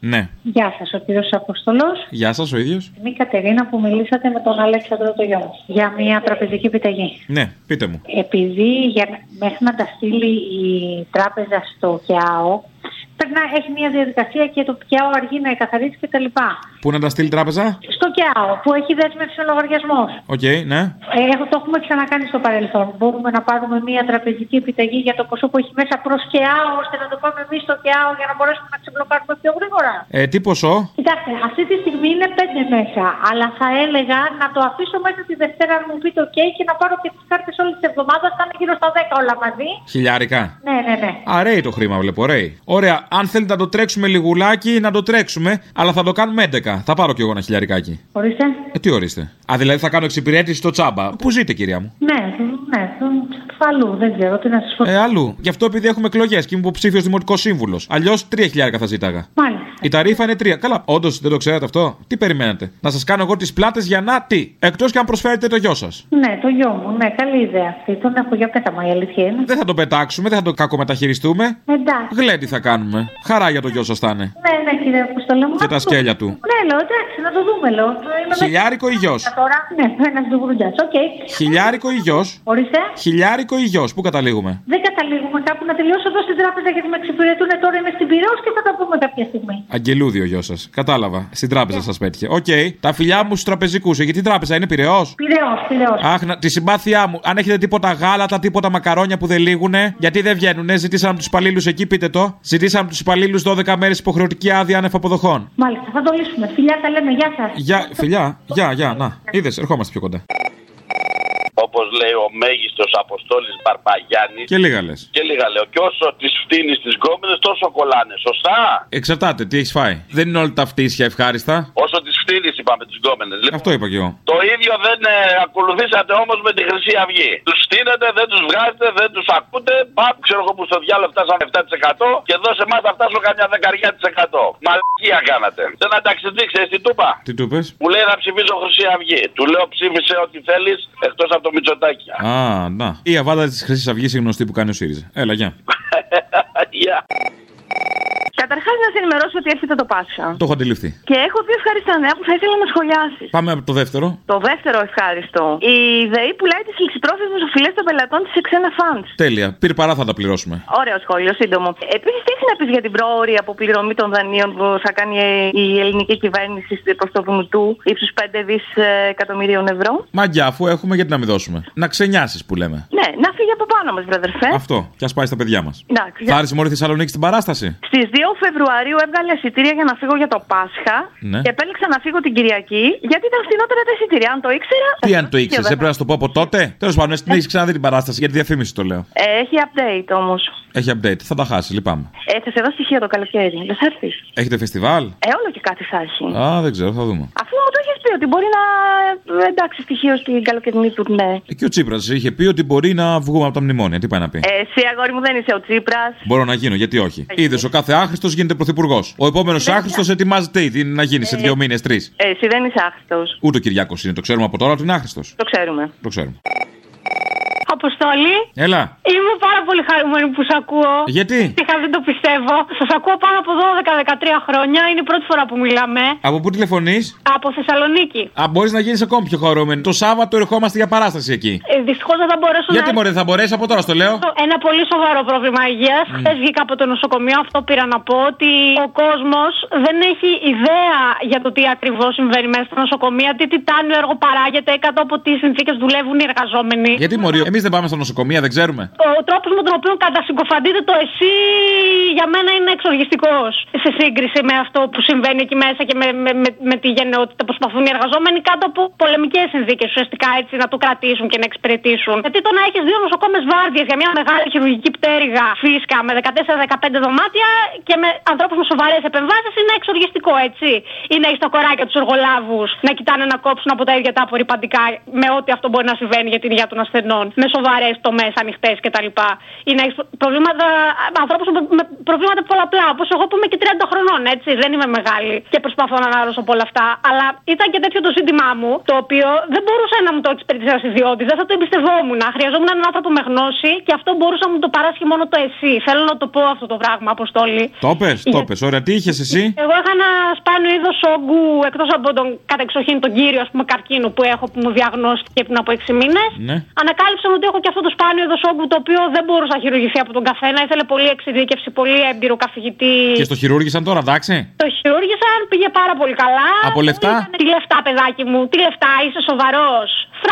[SPEAKER 2] Ναι.
[SPEAKER 3] Γεια σας, ο κύριος Αποστολός.
[SPEAKER 2] Γεια σας, ο ίδιος.
[SPEAKER 3] Είμαι η Κατερίνα που μιλήσατε με τον Αλέξανδρο το γιο μου για μια τραπεζική επιταγή.
[SPEAKER 2] Ναι, πείτε μου.
[SPEAKER 3] Επειδή για, να- μέχρι να τα στείλει η τράπεζα στο ΚΙΑΟ, πρέπει να έχει μια διαδικασία και το ΚΙΑΟ αργεί να καθαρίσει κτλ.
[SPEAKER 2] Πού να τα στείλει τράπεζα.
[SPEAKER 3] Στο ΚΙΑΟ που έχει δέσμευση ο λογαριασμός.
[SPEAKER 2] Οκ, ναι.
[SPEAKER 3] Έχω, το έχουμε ξανακάνει στο παρελθόν. Μπορούμε να πάρουμε μια τραπεζική επιταγή για το ποσό που έχει μέσα προς ΚΙΑΟ, ώστε να το πάμε εμείς στο ΚΙΑΟ για να μπορέσουμε να ξεμπλοκάρουμε πιο γρήγορα.
[SPEAKER 2] Ε, τι ποσό.
[SPEAKER 3] Κοιτάξτε, αυτή τη στιγμή είναι πέντε μέσα. Αλλά θα έλεγα να το αφήσω μέχρι τη Δευτέρα να μου πείτε OK και να πάρω και τις κάρτες όλης της εβδομάδας. Θα είναι γύρω στα 10 όλα μαζί.
[SPEAKER 2] Χιλιάρικα.
[SPEAKER 3] Ναι, ναι, ναι.
[SPEAKER 2] Αρέει το χρήμα, βλέπω. Ωραίοι. Ωραία. Αν θέλετε να το τρέξουμε λιγουλάκι, να το τρέξουμε. Αλλά θα το κάνουμε 11. Θα πάρω κι εγώ ένα χιλιαρικάκι.
[SPEAKER 3] Ορίστε.
[SPEAKER 2] Ε, τι ορίστε. Α, δηλαδή θα κάνω εξυπηρέτηση στο τσάμπα. Πού ζείτε, κυρία μου.
[SPEAKER 3] Ναι, ναι. Αλλού, δεν ξέρω τι να σας πω.
[SPEAKER 2] Ε, αλλού. Γι' αυτό επειδή έχουμε εκλογές και είμαι υποψήφιος δημοτικός σύμβουλος. Αλλιώς 3 χιλιάρικα θα ζήταγα.
[SPEAKER 3] Μάλιστα.
[SPEAKER 2] Η ταρήφα είναι 3. Καλά, όντως δεν το ξέρατε αυτό. Τι περιμένετε. Να σας κάνω εγώ τις πλάτες για να τι. Εκτός και αν προσφέρετε το γιο σας.
[SPEAKER 3] Ναι, το γιο μου, ναι, καλή ιδέα αυτή. Τον έχω για πέταμα, η αλήθεια είναι.
[SPEAKER 2] Δεν θα το πετάξουμε, δεν θα το κακομεταχειριστούμε.
[SPEAKER 3] Εντάξει.
[SPEAKER 2] Γλέντι θα κάνουμε. Χαρά για το γιο σας θα είναι.
[SPEAKER 3] Ναι, ναι, κύριε Αποστολέ μου.
[SPEAKER 2] Και τα σκέλια του.
[SPEAKER 3] Ναι, λέω, εντάξει, να το δούμε, λέω. Είμαι
[SPEAKER 2] Χιλιάρικο ή γιος.
[SPEAKER 3] μέσα Τώρα, ναι, ένα ντουβρουντιά. Οκ.
[SPEAKER 2] Χιλιάρικο ή γιος.
[SPEAKER 3] Ορίστε.
[SPEAKER 2] Χιλιάρικο ή γιος. Πού καταλήγουμε.
[SPEAKER 3] Δεν καταλήγουμε κάπου να τελειώσω εδώ στην τράπεζα γιατί με εξυπηρετούν τώρα. Είμαι στην Πυραιός και θα τα πούμε κάποια στιγμή.
[SPEAKER 2] Αγγελούδη ο γιος σας. Κατάλαβα. Στην τράπεζα σας πέτυχε. Οκ. Τα φιλιά μου στους τραπεζικούς. Γιατί η τράπεζα είναι πυρεό.
[SPEAKER 3] Πυραιός, Πυραιός.
[SPEAKER 2] Αχ, να- τη συμπάθειά μου. Αν έχετε τίποτα γάλατα, τίποτα μακαρόνια που δεν λήγουνε, γιατί δεν βγαίνουνε, ζητήσαμε τους υπαλλήλους εκεί, πείτε το. Ζητήσαμε τους υπαλλήλους 12 μέρες υποχρεωτική άδεια άνευ αποδοχών.
[SPEAKER 3] Μάλιστα, θα το λύσουμε. Φιλιά, τα λέμε. Γεια σας.
[SPEAKER 2] Γεια, φιλιά, γεια, γεια, να. Είδες, ερχόμαστε πιο κοντά.
[SPEAKER 6] Όπως λέει ο μέγιστος Αποστόλης Μπαρπαγιάννη.
[SPEAKER 2] Και λίγα λες.
[SPEAKER 6] Και λίγα λέω. Και όσο τι φτύνεις τις γκόμενες, τόσο κολλάνε. Σωστά.
[SPEAKER 2] Εξαρτάται, τι έχεις φάει. Δεν είναι όλα τα φτύσια ευχάριστα.
[SPEAKER 6] Όσο τι φτύνεις, είπαμε Λοιπόν, τις γκόμενες.
[SPEAKER 2] Αυτό είπα κι εγώ.
[SPEAKER 6] Το ίδιο δεν ε, ακολουθήσατε όμως με τη Χρυσή Αυγή. Τους στείνετε, δεν τους βγάζετε, δεν τους ακούτε. Παπ, ξέρω εγώ που στο διάλογο φτάσαμε 7% και εδώ σε εμάς θα φτάσω καμιά δεκαριά τη εκατό. Μαλακία κάνατε. Δεν ανταξιδεί, ξέρει τι τούπα.
[SPEAKER 2] Τι του είπες.
[SPEAKER 6] Μου λέει να ψηφίζω Χρυσή Αυγή. Του λέω ψήφισε ό,τι θέλεις εκτός από το Μητσοτάκι.
[SPEAKER 2] Α, να. Η αβάντα της Χρυσής Αυγής η γνωστή που κάνει ο ΣΥΡΙΖΑ. Έλα, γεια.
[SPEAKER 6] Γεια.
[SPEAKER 15] Καταρχάς, να σε ενημερώσω ότι έρχεται το Πάσχα.
[SPEAKER 2] Το έχω αντιληφθεί.
[SPEAKER 15] Και έχω δύο ευχάριστα νέα που θα ήθελα να σχολιάσεις.
[SPEAKER 2] Πάμε από το δεύτερο.
[SPEAKER 15] Το δεύτερο ευχάριστο. Η ΔΕΗ πουλάει τις ληξιπρόθεσμες οφειλές των πελατών της σε ξένα φαντ.
[SPEAKER 2] Τέλεια. Πήρ παρά θα τα πληρώσουμε.
[SPEAKER 15] Ωραίο σχόλιο, σύντομο. Επίσης, τι έχεις να πεις για την πρόορη αποπληρωμή των δανείων που θα κάνει η ελληνική κυβέρνηση προ το Βουνουτού ύψου 5 δι εκατομμυρίων ε, ευρώ.
[SPEAKER 2] Μαγκιά, αφού έχουμε, γιατί να μην δώσουμε. Να ξενιάσεις που λέμε.
[SPEAKER 15] Ναι, να φύγει από πάνω μας, βραδερφέ.
[SPEAKER 2] Αυτό. Και ας πάει στα παιδιά μας.
[SPEAKER 15] Εντάξει.
[SPEAKER 2] Θα άρεσε μόλι Θεσσαλονίκη στην
[SPEAKER 15] [laughs]
[SPEAKER 2] παράσταση.
[SPEAKER 15] Στις 2 Φεβρουαρίου έβγαλε εισιτήρια για να φύγω για το Πάσχα
[SPEAKER 2] Ναι.
[SPEAKER 15] και επέλεξα να φύγω την Κυριακή γιατί ήταν φθηνότερα τα εισιτήρια. Αν το ήξερα.
[SPEAKER 2] Τι
[SPEAKER 15] [laughs]
[SPEAKER 2] αν το ήξερες,
[SPEAKER 15] δεν
[SPEAKER 2] έπρεπε να σου το πω από τότε. Τέλος πάντων, εσύ την έχεις ξαναδεί την παράσταση για τη διαφήμιση το λέω.
[SPEAKER 15] Ε, Έχει update όμως.
[SPEAKER 2] Έχει update, θα τα χάσεις, λυπάμαι.
[SPEAKER 15] Ε, θα σε δω στοιχεία το καλοκαίρι. Δεν θα έρθεις.
[SPEAKER 2] Έχετε φεστιβάλ.
[SPEAKER 15] Ε, όλο και κάτι θα έχει.
[SPEAKER 2] Α, δεν ξέρω, θα δούμε.
[SPEAKER 15] Αφού μου το έχει πει ότι μπορεί να ε, εντάξει στοιχείο στην καλοκαιρινή του, ναι.
[SPEAKER 2] Και ο Τσίπρας είχε πει ότι μπορεί να βγούμε από τα μνημόνια. Τι πάει να πει.
[SPEAKER 15] Ε, εσύ, αγόρι μου, δεν είσαι ο Τσίπρας.
[SPEAKER 2] Μπορώ να γίνω, γιατί όχι. Είδε ο κάθε άχρηστος γίνεται πρωθυπουργός. Ο επόμενος άχρηστος ετοιμάζεται ήδη να γίνει σε
[SPEAKER 15] Ε.
[SPEAKER 2] δύο μήνες, τρεις.
[SPEAKER 15] Ε, εσύ δεν είσαι άχρηστος.
[SPEAKER 2] Ούτε ο Κυριάκος είναι, το ξέρουμε από τώρα ότι είναι άχρηστος.
[SPEAKER 15] Το ξέρουμε.
[SPEAKER 2] Το ξέρουμε.
[SPEAKER 21] Αποστόλη,
[SPEAKER 2] Έλα.
[SPEAKER 21] είμαι πάρα πολύ χαρούμενη που σα ακούω.
[SPEAKER 2] Γιατί?
[SPEAKER 21] Είχα, δεν το πιστεύω. Σας ακούω πάνω από 12-13 χρόνια. Είναι η πρώτη φορά που μιλάμε.
[SPEAKER 2] Από πού τηλεφωνείς.
[SPEAKER 21] Από Θεσσαλονίκη.
[SPEAKER 2] Α, μπορείς να γίνεις ακόμη πιο χαρούμενο. Το Σάββατο ερχόμαστε για παράσταση εκεί.
[SPEAKER 21] Ε, Δυστυχώς δεν θα μπορέσω
[SPEAKER 2] Γιατί
[SPEAKER 21] να.
[SPEAKER 2] μωρέ, δεν θα μπορέσει από τώρα, στο λέω.
[SPEAKER 21] Ένα πολύ σοβαρό πρόβλημα υγείας.
[SPEAKER 2] Μμμ.
[SPEAKER 21] Χθες βγήκα από το νοσοκομείο. Αυτό πήρα να πω ότι ο κόσμος δεν έχει ιδέα για το τι ακριβώς συμβαίνει μέσα στα νοσοκομεία. Τι τιτάνιο έργο παράγεται, κάτω από τι συνθήκες δουλεύουν οι εργαζόμενοι.
[SPEAKER 2] Γιατί μωρέ, εμείς δεν πάμε στα νοσοκομεία, δεν ξέρουμε.
[SPEAKER 21] Ο τρόπος με τον οποίο κατασυγκοφαντείτε το εσύ για μένα είναι εξοργιστικός σε σύγκριση με αυτό που συμβαίνει εκεί μέσα και με, με, με, με τη γενναιότητα που προσπαθούν οι εργαζόμενοι κάτω από πολεμικές συνθήκες ουσιαστικά έτσι να το κρατήσουν και να εξυπηρετήσουν. Γιατί το να έχεις δύο νοσοκόμες βάρδιες για μια μεγάλη χειρουργική πτέρυγα φίσκα με 14-15 δωμάτια και με ανθρώπους με σοβαρές επεμβάσεις είναι εξοργιστικό έτσι. Ή να έχεις τα κοράκια τους εργολάβους να κοιτάνε να κόψουν από τα ίδια τα απορριπαντικά με ό,τι αυτό μπορεί να συμβαίνει για την υγεία των ασθενών. Με σοβαρές τομέ ανοιχτέ κτλ. Ή να έχει προβλήματα, ανθρώπους με, με προβλήματα πολλαπλά. Όπως εγώ που είμαι και 30 χρονών, έτσι. Δεν είμαι μεγάλη και προσπαθώ να αναλώσω από όλα αυτά. Αλλά ήταν και τέτοιο το ζήτημά μου, το οποίο δεν μπορούσε να μου το εξυπηρετήσει ένα ιδιώτη. Δεν θα το εμπιστευόμουν. Χρειαζόμουν έναν άνθρωπο με γνώση και αυτό μπορούσε να μου το παράσχει μόνο το εσύ. Θέλω να το πω αυτό το πράγμα, Αποστόλη.
[SPEAKER 2] Το πες, το πες. Ωραία, τι είχες εσύ.
[SPEAKER 21] Εγώ είχα ένα σπάνιο είδος όγκου εκτός από τον κατεξοχήν τον κύριο ας πούμε, καρκίνο που έχω που μου διαγνώστηκε πριν από 6 μήνες.
[SPEAKER 2] Ναι.
[SPEAKER 21] Ανακάλυψα ότι έχω και αυτό το σπάνιο είδο όγκου το οποίο δεν μπορούσε να χειρουργηθεί από τον καθένα. Ήθελε πολύ εξειδίκευση, πολύ έμπειρο καθηγητή.
[SPEAKER 2] Και στο χειρούργησαν τώρα, εντάξει.
[SPEAKER 21] Το χειρούργησαν, πήγε πάρα πολύ καλά.
[SPEAKER 2] Από λεφτά.
[SPEAKER 21] Τι λεφτά, παιδάκι μου, τι λεφτά, είσαι σοβαρός.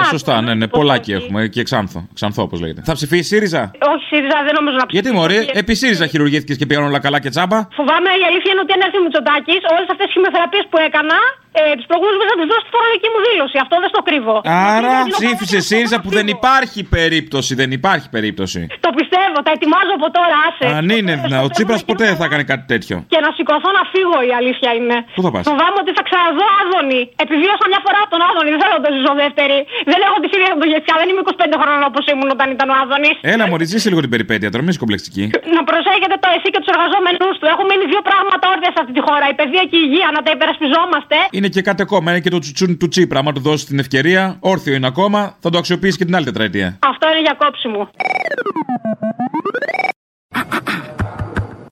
[SPEAKER 2] Ε, σωστά, ναι, ναι. Πολλάκι έχουμε και εξάνθο. Ξανθό, όπως λέγεται. Θα ψηφίσει ΣΥΡΙΖΑ.
[SPEAKER 21] Όχι, ΣΥΡΙΖΑ, δεν νομίζω να
[SPEAKER 2] Γιατί μωρέ, επί ΣΥΡΙΖΑ χειρουργήθηκες και πήγαν όλα καλά και τσάμπα.
[SPEAKER 21] Φοβάμαι η αλήθεια είναι ότι αν έρθει ο Μητσοτάκης, όλες αυτές τις χημειοθεραπείε που έκανα, ε, τι προηγούμενε μέρε θα τι δώσω στη φορολογική μου δήλωση. Αυτό δεν στο κρύβω.
[SPEAKER 2] Άρα ψήφισε ΣΥΡΙΖΑ που δεν υπάρχει περίπτωση. Δεν υπάρχει περίπτωση.
[SPEAKER 21] Το πιστεύω, τα ετοιμάζω από τώρα, άσε.
[SPEAKER 2] Αν είναι δυνατό, ο Τσίπρα ποτέ δεν θα κάνει κάτι τέτοιο.
[SPEAKER 21] Και να σηκωθώ να φύγω, η αλήθεια είναι.
[SPEAKER 2] Πού θα πας?
[SPEAKER 21] Φοβάμαι ότι θα ξαναδώ άδωνη. Επιβίωσα μια φορά από τον άδωνη, δεν θέλω να το ζήσω δεύτερη. Δεν έχω τη φίλη του Γετσιά, δεν είμαι 25 χρόνων όπως ήμουν όταν ήταν ο άδωνης.
[SPEAKER 2] Έλα, μωρή, ζήσε λίγο την περιπέτεια τώρα, μην είσαι κομπλεξική.
[SPEAKER 21] Να προσέχετε το εσύ και τους εργαζόμενους του. Έχουν μείνει δύο πράγματα όρθια σε αυτή τη χώρα. Η παιδεία και η υγεία, να τα υπερασπιζόμαστε.
[SPEAKER 2] Είναι και κάτι ακόμα, είναι και το τσουτσούν του Τσίπρα. Άμα του δώσεις την ευκαιρία, όρθιο είναι ακόμα, θα το αξιοποιήσεις και την άλλη τετραετία.
[SPEAKER 21] Αυτό είναι για κόψιμο.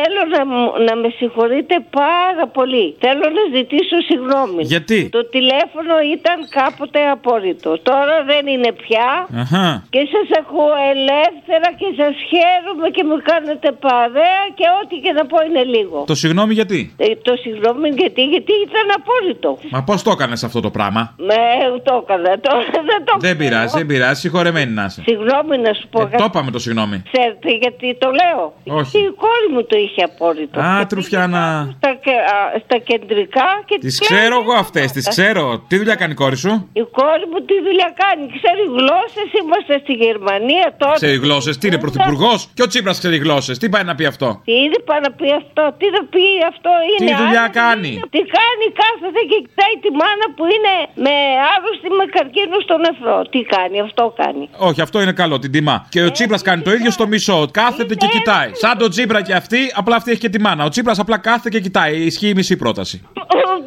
[SPEAKER 22] Θέλω να, μου- να με συγχωρείτε πάρα πολύ. Θέλω να ζητήσω συγγνώμη.
[SPEAKER 2] Γιατί?
[SPEAKER 22] Το τηλέφωνο ήταν κάποτε απόρριτο. Τώρα δεν είναι πια.
[SPEAKER 2] Αχα.
[SPEAKER 22] Και σας ακούω ελεύθερα και σας χαίρομαι και μου κάνετε παρέα και ό,τι και να πω είναι λίγο.
[SPEAKER 2] Το συγγνώμη γιατί.
[SPEAKER 22] Ε, το συγγνώμη γιατί, γιατί ήταν απόρριτο.
[SPEAKER 2] Μα πώς το έκανες αυτό το πράγμα.
[SPEAKER 22] Με το έκανα τώρα, δεν το
[SPEAKER 2] Δεν πειράζει, δεν πειράζει, συγχωρεμένη να είσαι.
[SPEAKER 22] Συγγνώμη να σου πω
[SPEAKER 2] Ε,
[SPEAKER 22] κάτι.
[SPEAKER 2] το είπαμε το συγγνώμη.
[SPEAKER 22] Ξέρετε γιατί το λέω.
[SPEAKER 2] Όχι.
[SPEAKER 22] Γιατί η κόρη μου το είχε απόρριτο.
[SPEAKER 2] Α, τρουφιάνα.
[SPEAKER 22] Στα, κε- α, στα κεντρικά και
[SPEAKER 2] Τις
[SPEAKER 22] της κλέβει
[SPEAKER 2] ξέρω εγώ αυτές, τις
[SPEAKER 22] μάτα.
[SPEAKER 2] ξέρω. Τι δουλειά κάνει η κόρη σου.
[SPEAKER 22] Η κόρη μου τι δουλειά κάνει. Ξέρει γλώσσες, είμαστε στη Γερμανία τώρα.
[SPEAKER 2] Ξέρει γλώσσες, τι είναι πρωθυπουργό. Και ο Τσίπρας ξέρει γλώσσες. Τι πάει να πει αυτό.
[SPEAKER 22] Τι είναι πάνω να πει αυτό, τι να πει αυτό
[SPEAKER 2] Τι
[SPEAKER 22] είναι.
[SPEAKER 2] δουλειά
[SPEAKER 22] άνεργη,
[SPEAKER 2] κάνει?
[SPEAKER 22] είναι- Τι κάνει, κάθεται και κοιτάει τη μάνα που είναι με άρρωστη με καρκίνο στον νεφρό. Τι κάνει, αυτό κάνει.
[SPEAKER 2] Όχι, αυτό είναι καλό, την τιμά. Και ο Τσίπρας κάνει το ίδιο στο μισό. Κάθεται και κοιτάει. Σαν τον Τσίπρα και αυτή αυτή, απλά αυτή έχει και τη μάνα. Ο Τσίπρας απλά κάθεται και κοιτάει. Ισχύει η μισή πρόταση.
[SPEAKER 22] Ο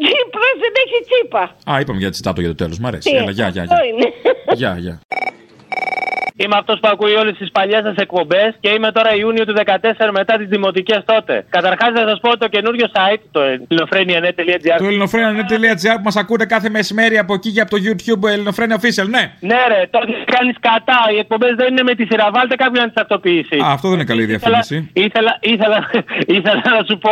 [SPEAKER 22] Τσίπρα δεν έχει τσίπα.
[SPEAKER 2] Α, είπαμε για τσιτάτο για το τέλος. Μ' αρέσει.
[SPEAKER 22] Τι,
[SPEAKER 2] Έλα, γεια, γεια,
[SPEAKER 22] αυτό
[SPEAKER 2] γεια.
[SPEAKER 22] είναι.
[SPEAKER 2] γεια, γεια.
[SPEAKER 8] Είμαι αυτός που ακούει όλες τις παλιές σας εκπομπές και είμαι τώρα Ιούνιο του 14 μετά τις δημοτικές τότε. Καταρχάς, να σας πω το καινούριο site, το ελληνοφρένια.net.gr.
[SPEAKER 2] Το ελληνοφρένια.net.gr που μας ακούτε κάθε μεσημέρι από εκεί και από το YouTube Ελληνοφρένια Official, ναι.
[SPEAKER 8] Ναι, ρε, τότε κάνεις κατά. Οι εκπομπές δεν είναι με τη σειρά. Βάλτε κάποιον να τις ταυτοποιήσει.
[SPEAKER 2] Α, αυτό δεν είναι καλή διαφήμιση.
[SPEAKER 8] Ήθελα, ήθελα, ήθελα να σου πω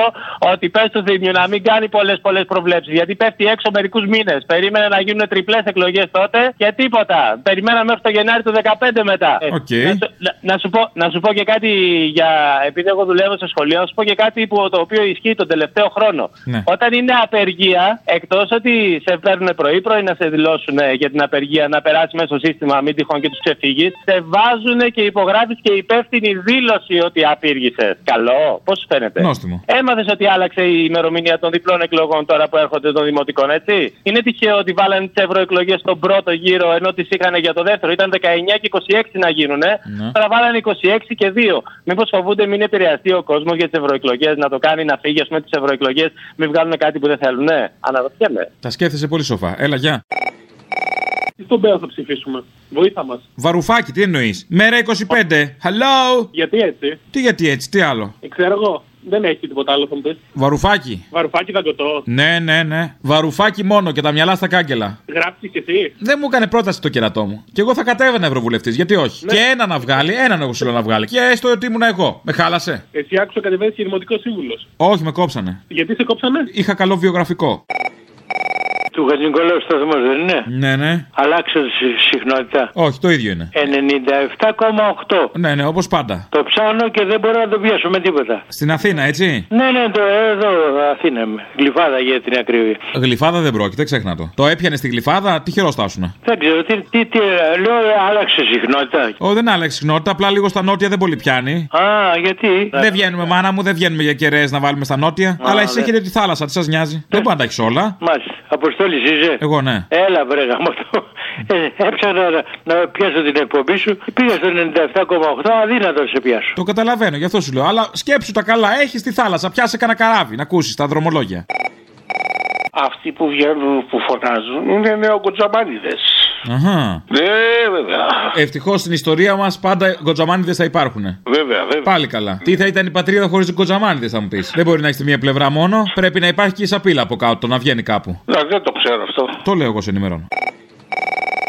[SPEAKER 8] ότι πες του Δήμιου να μην κάνει πολλές πολλές προβλέψεις. Γιατί πέφτει έξω μερικούς μήνες. Περίμενε να γίνουν τριπλές εκλογές τότε και τίποτα. Περιμέναμε μέχρι το Γενάρη του 15 μετά.
[SPEAKER 2] Οκ.
[SPEAKER 8] Να,
[SPEAKER 20] Ε,
[SPEAKER 8] σου- να- να σου πω, να σου πω και κάτι για. Επειδή εγώ δουλεύω σε σχολείο, να σου πω και κάτι που, το οποίο ισχύει τον τελευταίο χρόνο.
[SPEAKER 23] Ναι.
[SPEAKER 8] Όταν είναι απεργία, εκτός ότι σε παίρνουν πρωί-πρωί να σε δηλώσουν για την απεργία, να περάσει μέσα στο σύστημα, μην τυχόν και τους ξεφύγεις, σε βάζουν και υπογράφεις και υπεύθυνη δήλωση ότι απήργησες. Καλό, πώς σου φαίνεται.
[SPEAKER 2] Νόστιμο.
[SPEAKER 8] Έμαθες ότι άλλαξε η ημερομηνία των διπλών εκλογών τώρα που έρχονται των δημοτικών, έτσι. Είναι τυχαίο ότι βάλανε τις ευρωεκλογές στον πρώτο γύρο ενώ τις είχαν για το δεύτερο. Ήταν 19 και 26 να γίνουν.
[SPEAKER 17] Ναι.
[SPEAKER 8] Τώρα βάλανε 26 και 2. Μήπως φοβούνται μην επηρεαστεί ο κόσμος για τις ευρωεκλογές, να το κάνει να φύγει, ας πούμε, τις ευρωεκλογές, μην βγάλουν κάτι που δεν θέλουν. Ναι, αναρωτιέμαι.
[SPEAKER 2] Τα σκέφτεσαι πολύ σοφά. Έλα, γεια.
[SPEAKER 16] Τι στον Μπέο θα ψηφίσουμε. Βοήθα μας.
[SPEAKER 2] Βαρουφάκι, τι εννοείς. Μέρα 25. Hello.
[SPEAKER 16] Γιατί έτσι.
[SPEAKER 2] Τι γιατί έτσι, τι άλλο.
[SPEAKER 16] Ε, Ξέρω εγώ. Δεν έχει τίποτα άλλο θα μου πεις.
[SPEAKER 2] Βαρουφάκι.
[SPEAKER 16] Βαρουφάκι δαγκωτό.
[SPEAKER 2] Ναι, ναι, ναι. Βαρουφάκι μόνο και τα μυαλά στα κάγκελα.
[SPEAKER 16] Γράψεις κι εσύ.
[SPEAKER 2] Δεν μου έκανε πρόταση το κερατό μου. Και εγώ θα κατέβαινα ευρωβουλευτής. Γιατί όχι.
[SPEAKER 16] Ναι.
[SPEAKER 2] Και ένα να βγάλει, έναν εγώ σου λέω να βγάλει. Και έστω ότι ήμουν εγώ. Με χάλασε.
[SPEAKER 16] Εσύ άκουσα κατεβαίνεις και δημοτικός σύμβουλος.
[SPEAKER 2] Όχι, με κόψανε.
[SPEAKER 16] Γιατί σε κόψανε.
[SPEAKER 2] Είχα καλό βιογραφικό.
[SPEAKER 23] Του Χατζηνικολάου σταθμός δεν είναι.
[SPEAKER 2] Ναι, ναι.
[SPEAKER 23] Αλλάξε τη συ- συχνότητα.
[SPEAKER 2] Όχι, το ίδιο είναι.
[SPEAKER 23] 97,8.
[SPEAKER 2] Ναι, ναι, όπως πάντα.
[SPEAKER 23] Το ψάχνω και δεν μπορώ να το πιάσω με τίποτα.
[SPEAKER 2] Στην Αθήνα, έτσι.
[SPEAKER 23] Ναι, ναι, το εδώ Αθήνα είμαι. Γλυφάδα για την ακρίβεια.
[SPEAKER 2] Γλυφάδα δεν πρόκειται, ξέχνα το. Το έπιανε στη γλυφάδα, τυχερό στάσουνα.
[SPEAKER 23] Δεν ξέρω τι, τι, τι λέω, άλλαξε συχνότητα.
[SPEAKER 2] Ω, δεν άλλαξε συχνότητα, απλά λίγο στα νότια δεν πολύ πιάνει.
[SPEAKER 23] Α, γιατί.
[SPEAKER 2] Δεν βγαίνουμε, μάνα μου, δεν βγαίνουμε για κεραίες να βάλουμε στα νότια. αλλά εσεί
[SPEAKER 23] δε.
[SPEAKER 2] έχετε τη θάλασσα, τι σας
[SPEAKER 16] Ε.
[SPEAKER 2] νοιάζει. Δεν μπορεί να τα έχεις όλα.
[SPEAKER 23] Μάλιστα. Αποστόλη είσαι.
[SPEAKER 2] Εγώ ναι.
[SPEAKER 23] Έλα, βρε γαμότο. Ε, έψαχνα να, να πιάσω την εκπομπή σου. Πήγα στο 97,8, αδύνατο να σε πιάσω.
[SPEAKER 2] Το καταλαβαίνω, γι' αυτό σου λέω. Αλλά σκέψου τα καλά, έχεις τη θάλασσα. Πιάσε κανένα καράβι να ακούσεις τα δρομολόγια.
[SPEAKER 4] Αυτοί που βγαίνουν, που φωνάζουν, είναι νεοκοτζαμάνιδε.
[SPEAKER 2] Αχα.
[SPEAKER 4] Ναι, βέβαια.
[SPEAKER 2] Ευτυχώς στην ιστορία μας πάντα γκοτζαμάνιδε θα υπάρχουν.
[SPEAKER 4] Βέβαια, βέβαια.
[SPEAKER 2] Πάλι καλά. Τι θα ήταν η πατρίδα χωρίς τους γκοτζαμάνιδε, θα μου πεις. Δεν μπορεί να έχεις τη μία πλευρά μόνο. Πρέπει να υπάρχει και η σαπίλα από κάτω, να βγαίνει κάπου.
[SPEAKER 4] Να, δεν το ξέρω αυτό.
[SPEAKER 2] Το λέω εγώ σε ενημερώνω.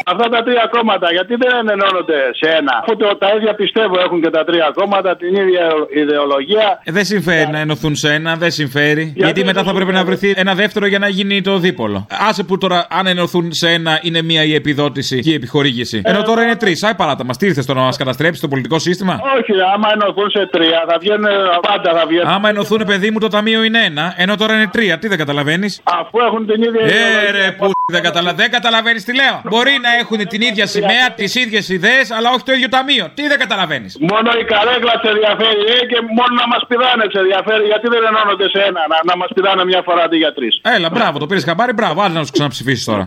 [SPEAKER 4] Αυτά τα τρία κόμματα, γιατί δεν ενώνονται σε ένα. Αφού το- τα ίδια πιστεύω έχουν και τα τρία κόμματα, την ίδια ιδεολογία.
[SPEAKER 2] Ε, Δεν συμφέρει να ενωθούν σε ένα, δεν συμφέρει. Γιατί, μετά θα πρέπει να βρεθεί ένα δεύτερο για να γίνει το δίπολο. Άσε που τώρα, αν ενωθούν σε ένα, είναι μία η επιδότηση και η επιχορήγηση.
[SPEAKER 4] Ε,
[SPEAKER 2] Ενώ τώρα είναι τρεις. Άι παράτα μας, τι ήρθες τώρα να μας καταστρέψεις το πολιτικό σύστημα.
[SPEAKER 4] Όχι, ρε, άμα ενωθούν σε τρία, θα βγαίνουν πάντα θα βγαίνουν.
[SPEAKER 2] Άμα ενωθούν, παιδί μου, το ταμείο είναι ένα, ενώ τώρα είναι τρία. Τι δεν καταλαβαίνεις.
[SPEAKER 4] Αφού έχουν την ίδια
[SPEAKER 2] Ε, ρε, που δεν, καταλα... δεν καταλαβαίνεις τι λέω. Μπορεί να έχουν την
[SPEAKER 4] Ε,
[SPEAKER 2] ίδια σημαία, τις ίδιες ιδέες, αλλά όχι το ίδιο ταμείο. Τι δεν καταλαβαίνεις.
[SPEAKER 4] Μόνο η καρέκλα σε ενδιαφέρει ε, και μόνο να μας πηδάνε σε ενδιαφέρει. Γιατί δεν ενώνονται σε ένα, να, να μας πηδάνε μια φορά αντί για τρεις.
[SPEAKER 2] Έλα, μπράβο, το πήρες χαμπάρι, μπράβο, άντε να τους ξαναψηφίσεις τώρα.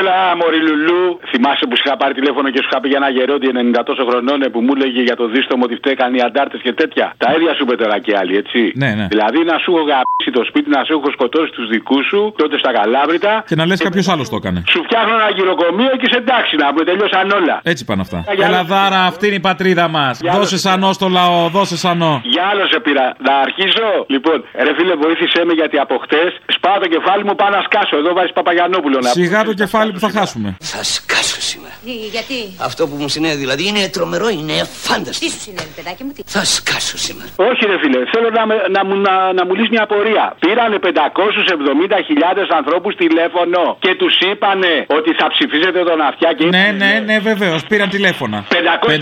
[SPEAKER 4] Έλα, Μωρή Λουλού. Θυμάσαι που σου είχα πάρει τηλέφωνο και σου είχα πει για ένα γερόντι 90 τόσο χρονών ε, που μου έλεγε για το δίστομο ότι φταίκαν οι αντάρτες και τέτοια. Τα ίδια σου είπε τώρα και άλλοι, έτσι.
[SPEAKER 2] Ναι, ναι.
[SPEAKER 4] Δηλαδή να σου έχω γαμπήσει το σπίτι, να σου έχω σκοτώσει τους δικούς σου τότε στα καλάβρητα.
[SPEAKER 2] Και να λες κάποιος άλλος το έκανε.
[SPEAKER 4] Σου φτιάχνω ένα γυροκομείο και σε εντάξει να πούμε, τελειώσαν όλα.
[SPEAKER 2] Έτσι πάνε αυτά.
[SPEAKER 4] Για άλλο-
[SPEAKER 2] Ελαδάρα, αυτή είναι η πατρίδα μας. Δώσε σανό στο λαό, δώσε σανό.
[SPEAKER 4] Για άλλο σε πήρα. Να αρχίσω. Λοιπόν, ρε φίλε, βοήθησέ με γιατί από χτες σπάω το κεφάλι μου πάνω να σκάσω. Εδώ βάζεις Παπαγιανόπουλο να
[SPEAKER 2] Σιγά το κεφάλι που θα χάσουμε.
[SPEAKER 24] Θα σκάσω σήμερα.
[SPEAKER 14] Ε, Γιατί.
[SPEAKER 24] Αυτό που μου συνέβη δηλαδή είναι τρομερό, είναι φάνταστο.
[SPEAKER 14] Τι σου συνέβη, παιδάκι μου, τι.
[SPEAKER 24] Θα σκάσω σήμερα.
[SPEAKER 4] Όχι, ρε φίλε, θέλω να, με- να, μου- να, να μου λύσεις μια απορία. Πήρανε 570.000 ανθρώπους τηλέφωνο και τους είπανε ότι θα ψηφίζετε τον αυτιά και.
[SPEAKER 2] Ναι, ναι, ναι, βεβαίως. Πήραν τηλέφωνα. 570.000.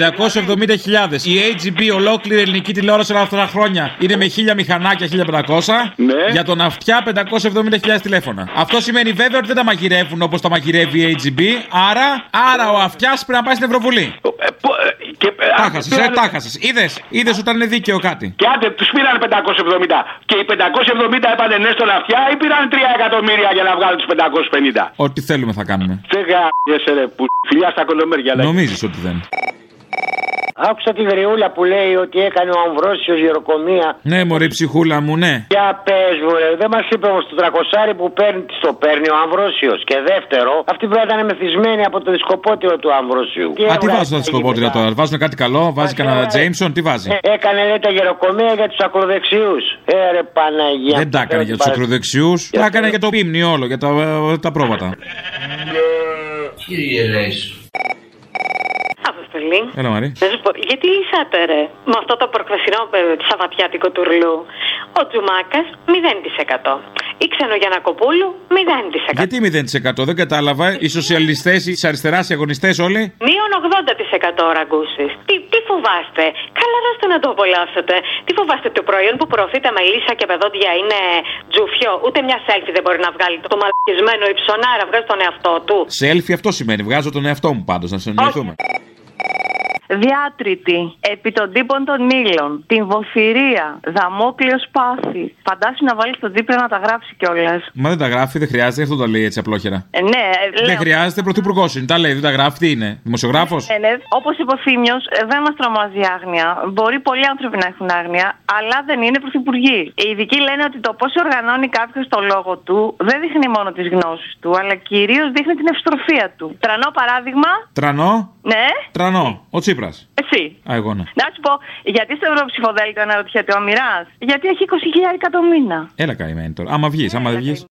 [SPEAKER 2] Η AGB, ολόκληρη ελληνική τηλεόραση όλα αυτά τα χρόνια, είναι με 1000 μηχανάκια, 1500.
[SPEAKER 4] Ναι.
[SPEAKER 2] Για τον αυτιά 570.000 τηλέφωνα. Αυτό σημαίνει βέβαια ότι δεν τα μαγειρεύουν όπως τα μαγειρεύει η AGB. Άρα, άρα ο αυτιάς πρέπει να πάει στην Ευρωβουλή.
[SPEAKER 4] Ε,
[SPEAKER 2] Τάχασε, ε, τάχασε. Είδες, είδες όταν είναι δίκαιο κάτι.
[SPEAKER 4] Και άντε, τους πήραν 570. Και οι 570 έπανε ναι στον αυτιά ή πήραν 3 εκατομμύρια για να βγάλουν τους 550.
[SPEAKER 2] Ό,τι θέλουμε θα κάνουμε.
[SPEAKER 4] Δεν γάμιεσαι ρε που φιλιά στα κολομέρια.
[SPEAKER 2] Νομίζεις ότι δεν.
[SPEAKER 9] Άκουσα τη γριούλα που λέει ότι έκανε ο Αμβρόσιος γεροκομεία.
[SPEAKER 2] Ναι, μωρή ψυχούλα μου, ναι.
[SPEAKER 9] Για πες, βουρε, δεν μας είπε όμως το τρακοσάρι που παίρνει, της το παίρνει ο Αμβρόσιος. Και δεύτερο, αυτή πρέπει να ήταν μεθυσμένη από το δισκοπότηρο του Αμβρόσιου. Και
[SPEAKER 2] Α, τι
[SPEAKER 9] έβγαλε-
[SPEAKER 2] βάζουν τα σκοπότηρα τώρα, βάζουν κάτι καλό, βάζει κανένα Τζέιμσον, τι βάζει.
[SPEAKER 9] Ε, έκανε λέει τα γεροκομεία για τους ακροδεξιούς. Ε, ρε Παναγία.
[SPEAKER 2] Δεν τα έκανε για τους
[SPEAKER 9] Παρα-
[SPEAKER 2] ακροδεξιού, τα έκανε για το πίμνη όλο, για τα, τα πρόβατα.
[SPEAKER 24] Κύριε Ρέις.
[SPEAKER 25] Αποστολή.
[SPEAKER 2] Έλα, Μαρή.
[SPEAKER 25] Να σου πω, γιατί είσατε ρε με αυτό το προκρεσινό ε, σαββατιάτικο τουρλού. Ο Τζουμάκας 0%. Η Ξενογιανακοπούλου 0%.
[SPEAKER 2] Γιατί 0% δεν κατάλαβα, οι σοσιαλιστές, οι τη αριστεράς, οι αγωνιστές όλοι.
[SPEAKER 25] Μείον 80% ραγκούση. Τι, τι φοβάστε. Καλά να στο να το απολαύσετε. Τι φοβάστε το προϊόν που προωθείτε με λύσα και πεδόντια είναι τζουφιό. Ούτε μια selfie δεν μπορεί να βγάλει. Το μαλακισμένο υψονάρα βγάζει τον εαυτό του.
[SPEAKER 2] Σέλφι αυτό σημαίνει, βγάζω τον εαυτό μου πάντως, να συνεννοηθούμε.
[SPEAKER 15] Διάτρητη, επί των τύπων των ήλων, την βοφυρία, δαμόκλειο πάθη. Φαντάσου να βάλεις τον δίπλα να τα γράψει κιόλας.
[SPEAKER 2] Μα δεν τα γράφει, δεν χρειάζεται, αυτό τα λέει έτσι απλόχερα.
[SPEAKER 15] Ε, ναι, ε,
[SPEAKER 2] Δεν
[SPEAKER 15] λέω.
[SPEAKER 2] χρειάζεται, πρωθυπουργός είναι, τα λέει, δεν τα γράφει, τι είναι, δημοσιογράφος.
[SPEAKER 15] Ε, ναι, Όπως είπε ο Θήμιος, δεν μας τρομάζει η άγνοια. Μπορεί πολλοί άνθρωποι να έχουν άγνοια, αλλά δεν είναι πρωθυπουργοί. Οι ειδικοί λένε ότι το πώς οργανώνει κάποιος το λόγο του δεν δείχνει μόνο τις γνώσεις του, αλλά κυρίως δείχνει την ευστροφία του. Τρανό παράδειγμα,
[SPEAKER 2] Τρανό,
[SPEAKER 15] ναι,
[SPEAKER 2] τρανό, ο Τσίπρας.
[SPEAKER 15] εσύ.
[SPEAKER 2] Α, εγώ ναι.
[SPEAKER 15] Να σου πω, γιατί στο Ευρωψηφοδέλτιο αναρωτιέται ο Μοιρά, γιατί έχει 20.000 το μήνα.
[SPEAKER 2] Έλα καημένη τώρα. Άμα βγεις, άμα δεν βγει.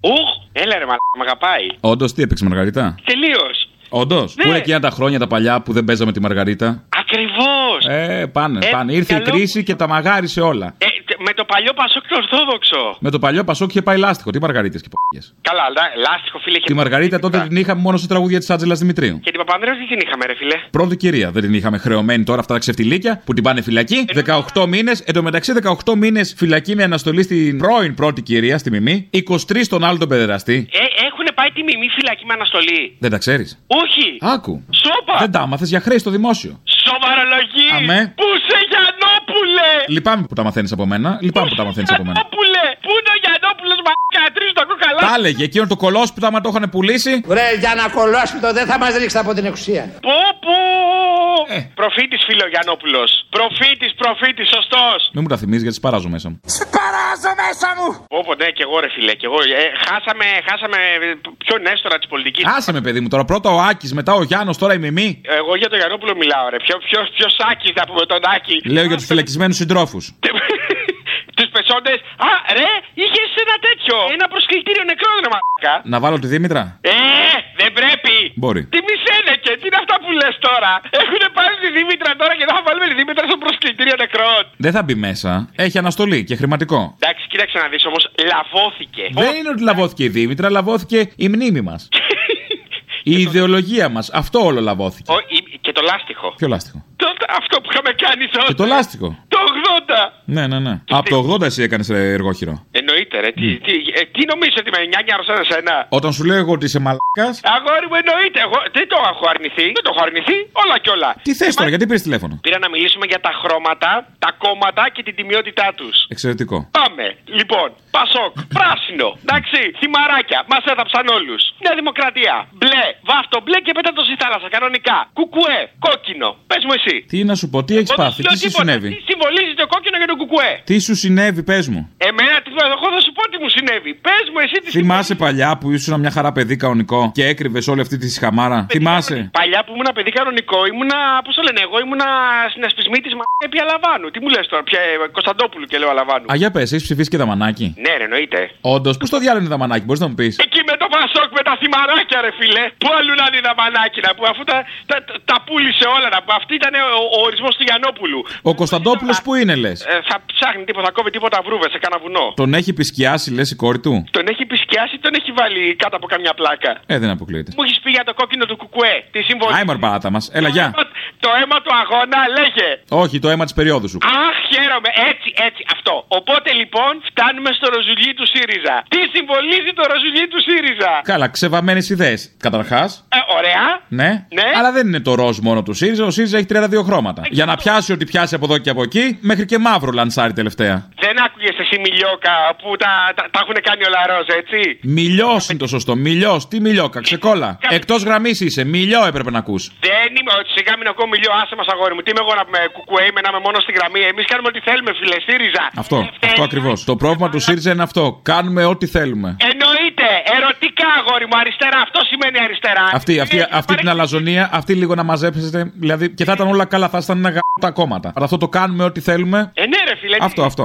[SPEAKER 26] Ουχ, έλα ρε μαλάκα, μ' αγαπάει.
[SPEAKER 2] Όντως, τι έπαιξε Μαργαρίτα.
[SPEAKER 26] Τελείως.
[SPEAKER 2] Όντως.
[SPEAKER 26] Ναι.
[SPEAKER 2] Πού είναι εκείνα τα χρόνια τα παλιά που δεν παίζαμε τη Μαργαρίτα.
[SPEAKER 26] Ακριβώς.
[SPEAKER 2] Ε, πάνε,
[SPEAKER 26] Ε,
[SPEAKER 2] πάνε. Ήρθε η
[SPEAKER 26] καλό.
[SPEAKER 2] κρίση και τα μαγάρισε όλα.
[SPEAKER 26] Ε, με το παλιό Πασόκ το Ορθόδοξο.
[SPEAKER 2] Με το παλιό Πασόκ είχε πάει λάστιχο. Τι Μαργαρίτες και π***γιες.
[SPEAKER 26] Καλά, λα- λάστιχο φίλε. Και
[SPEAKER 2] Τη Μαργαρίτα τότε την είχαμε μόνο σε τραγούδια της Άτζελα Δημητρίου.
[SPEAKER 26] Και την Παπανδρέου δεν την είχαμε, ρε φίλε.
[SPEAKER 2] Πρώτη κυρία, δεν την είχαμε χρεωμένη τώρα αυτά τα ξεφτιλίκια που την πάνε φυλακή.
[SPEAKER 26] Ε.
[SPEAKER 2] 18 μήνες, εν τω μεταξύ 18 μήνες φυλακή με αναστολή στην πρώην πρώτη κυρία, στη μιμή. 23 στον άλλο τον παιδεραστή.
[SPEAKER 26] Ε, έχουν πάει τη μιμή φυλακή με αναστολή.
[SPEAKER 2] Δεν τα ξέρεις.
[SPEAKER 26] Όχι.
[SPEAKER 2] Άκου.
[SPEAKER 26] Σόπα.
[SPEAKER 2] Δεν τα άμαθες για χρέη στο δημόσιο.
[SPEAKER 26] Σοβαρολογή.
[SPEAKER 2] Αμέ.
[SPEAKER 26] Πού σε Γιανόπουλε.
[SPEAKER 2] Λυπάμαι που τα μαθαίνεις από μένα. Λυπάμαι που τα μαθαίνεις από μένα.
[SPEAKER 26] Γιανόπουλε. Πού είναι ο Γιανόπουλο, μαλάκα, τρεις το ακούω καλά.
[SPEAKER 2] Τα έλεγε εκείνο το κολόσπιτα, άμα το είχαν πουλήσει.
[SPEAKER 26] Βρε,
[SPEAKER 12] Για να κολλώσουμε το δεν θα μας ρίξετε από την εξουσία.
[SPEAKER 26] Πού, πού.
[SPEAKER 2] Ε.
[SPEAKER 26] Προφήτης φίλε ο Γιανόπουλο. Προφήτης, προφήτης, σωστός.
[SPEAKER 2] Μην μου τα θυμίζεις γιατί σπαράζω μέσα μου.
[SPEAKER 26] Παράζω μέσα μου! Όπω ναι, και εγώ ρε φίλε, και εγώ. Ε, χάσαμε, χάσαμε ε, ποιον έστωρα της πολιτικής.
[SPEAKER 2] Άσε με, παιδί μου τώρα. Πρώτα ο Άκης, μετά ο Γιάννος, τώρα η Μιμή.
[SPEAKER 26] Εγώ για τον Γιανόπουλο μιλάω, ρε. Ποιο, ποιος, ποιος Άκης να πούμε τον Άκη.
[SPEAKER 2] Λέω για τους φυλακισμένους συντρόφους.
[SPEAKER 26] Του πεσόντε. Α, ρε, είχες ένα τέτοιο. Ένα προσκλητήριο νεκρών, ρε μαλάκα.
[SPEAKER 2] Να βάλω τη Δήμητρα.
[SPEAKER 26] Ε, δεν πρέπει.
[SPEAKER 2] Μπορεί.
[SPEAKER 26] Τι μη και τι είναι αυτά που λες τώρα. Έχουν πάρει τη Δήμητρα τώρα και θα βάλουμε τη Δήμητρα στο προσκλητήριο νεκρών.
[SPEAKER 2] Δεν θα μπει μέσα. Έχει αναστολή και χρηματικό.
[SPEAKER 26] Εντάξει, κοίταξε να δεις όμως, λαβώθηκε.
[SPEAKER 2] Δεν είναι ότι λαβώθηκε η Δήμητρα, λαβώθηκε η μνήμη μας. η ιδεολογία μας. Αυτό όλο λαβώθηκε.
[SPEAKER 26] Ο- η- και το λάστιχο.
[SPEAKER 2] Ποιο λάστιχο.
[SPEAKER 26] Τότε αυτό που είχαμε κάνει τότε.
[SPEAKER 2] Και το λάστιχο.
[SPEAKER 26] Το 80.
[SPEAKER 2] Ναι, ναι, ναι. Από το 80 εσύ έκανες εργόχειρο.
[SPEAKER 26] Εννοείται, ρε.
[SPEAKER 2] Ναι.
[SPEAKER 26] Τι, τι, ε, τι νομίζεις ότι με 9 και σαν εσένα.
[SPEAKER 2] Όταν σου λέω εγώ ότι είσαι μαλάκα.
[SPEAKER 26] Αγόρι μου, εννοείται. Εγώ δεν το έχω αρνηθεί. Δεν το έχω αρνηθεί. Όλα και όλα.
[SPEAKER 2] Τι θες τώρα, γιατί πήρες τηλέφωνο.
[SPEAKER 26] Πήρα να μιλήσουμε για τα χρώματα, τα κόμματα και την τιμιότητά τους.
[SPEAKER 2] Εξαιρετικό.
[SPEAKER 26] Πάμε. Λοιπόν, Πασόκ, πράσινο. Εντάξει, θυμαράκια. Μας έδαψαν όλους. Μια δημοκρατία. Μπλε, βάφτο μπλε και πέτα το στη θάλασσα. Κανονικά. Κουκουέ, κόκκινο. Πες μου εσύ.
[SPEAKER 2] Τι να σου πω, τι έχεις
[SPEAKER 26] Εγώ δεν
[SPEAKER 2] πάθει,
[SPEAKER 26] σου λέω
[SPEAKER 2] τι σου
[SPEAKER 26] τίποτα.
[SPEAKER 2] συνέβη.
[SPEAKER 26] Τι συμβολίζει το κόκκινο για τον κουκουέ.
[SPEAKER 2] Τι σου συνέβη, πες μου.
[SPEAKER 26] Εμένα, τι, εγώ θα σου πω τι μου συνέβη. Πες μου εσύ τι
[SPEAKER 2] Θυμάσαι παλιά που ήσουν μια χαρά παιδί κανονικό και έκρυβες όλη αυτή τη χαμάρα. Θυμάσαι.
[SPEAKER 26] Παλιά που ήμουν παιδί κανονικό, ήμουνα. Πώς το λένε, εγώ ήμουνα συνασπισμή της μαλάκα επί Αλαβάνου. Τι μου λες τώρα, πια ε, Κωνσταντόπουλου και λέω Αλαβάνου.
[SPEAKER 2] Α, για πες, έχεις ψηφίσει και δαμανάκι.
[SPEAKER 26] Ναι, ρε, εννοείται.
[SPEAKER 2] Όντως, πώς το διάλογο είναι δαμανάκι, μπορείς να μου πεις.
[SPEAKER 26] Εκεί με το Πασόκ με τα θυμαράκια, ρε φίλε. Πού αλλού να είναι η δαμανάκι να πούμε, αφού τα, τα, τα, τα πούλησε όλα να πούμε. Αυτή ήταν ο, ο ορισμός του Γιανόπουλου.
[SPEAKER 2] Ο Κωνσταντόπουλος που είναι, λες.
[SPEAKER 26] Ε, θα ψάχνει τίποτα, θα κόβει τίποτα βρούβες σε κάνα βουνό.
[SPEAKER 2] Τον έχει επισκιάσει, λες η κόρη του.
[SPEAKER 26] Τον έχει επισκιάσει, τον έχει βάλει κάτω από καμιά πλάκα.
[SPEAKER 2] Ε, δεν αποκλείεται.
[SPEAKER 26] Μου έχεις πει για το κόκκινο του Κουκουέ. Τη συμβολή.
[SPEAKER 2] Άιμορ παράτα μας. Έλα, γεια.
[SPEAKER 26] Το αίμα του αγώνα λέγε.
[SPEAKER 2] Όχι, το αίμα της περίοδου σου.
[SPEAKER 26] Αχ, χαίρομαι. Χαίρομαι. Έτσι, έτσι, αυτό. Οπότε λοιπόν φτάνουμε στο ροζουλί του ΣΥΡΙΖΑ. Τι συμβολίζει το ροζουλί του ΣΥΡΙΖΑ.
[SPEAKER 2] Καλά, ξεβαμένες ιδέες. Καταρχάς,
[SPEAKER 26] Ε, ωραία.
[SPEAKER 2] ναι.
[SPEAKER 26] Ναι.
[SPEAKER 2] Αλλά δεν είναι το ροζ μόνο του ΣΥΡΙΖΑ. Ο ΣΥΡΙΖΑ έχει 32 χρώματα. Για να πιάσει ό,τι πιάσει από εδώ και από εκεί, μέχρι και μαύρο λανσάρι τελευταία.
[SPEAKER 26] Δεν άκουγες εσύ μιλιόκα που τα, τα, τα έχουν κάνει όλα ροζ, έτσι.
[SPEAKER 2] Μιλιός είναι το σωστό. Μιλιός, τι μιλιόκα, ξεκόλα. Εκτός γραμμής είσαι. Μιλιό έπρεπε να ακούς.
[SPEAKER 26] Δεν είμαι, ότι σιγά μην ακούω μιλιό, άσε μας αγόρι μου. Τι είμαι εγώ να με κουκουέ, είμαι να είμαι μόνο στη γραμμή. Εμείς κάνουμε ό,τι θέλουμε, φίλε, ΣΥΡΙΖΑ.
[SPEAKER 2] Αυτό, αυτό ακριβώς. Το πρόβλημα του ΣΥΡΙΖΑ είναι αυτό. Κάνουμε ό,τι θέλουμε.
[SPEAKER 26] Εννοείται, ερωτικά αγόρι μου, αριστερά. Αυτό σημαίνει αριστερά.
[SPEAKER 2] Αυτή, αυτή, αυτή την αλαζονία, αυτή λίγο να μαζέψετε. Δηλαδή και θα ήταν όλα καλά, θα ήταν ένα γα... τα κόμματα. Αλλά αυτό το κάνουμε ό,τι θέλουμε.
[SPEAKER 26] Ε, ναι, ρε, φίλε.
[SPEAKER 2] Αυτό, αυτό.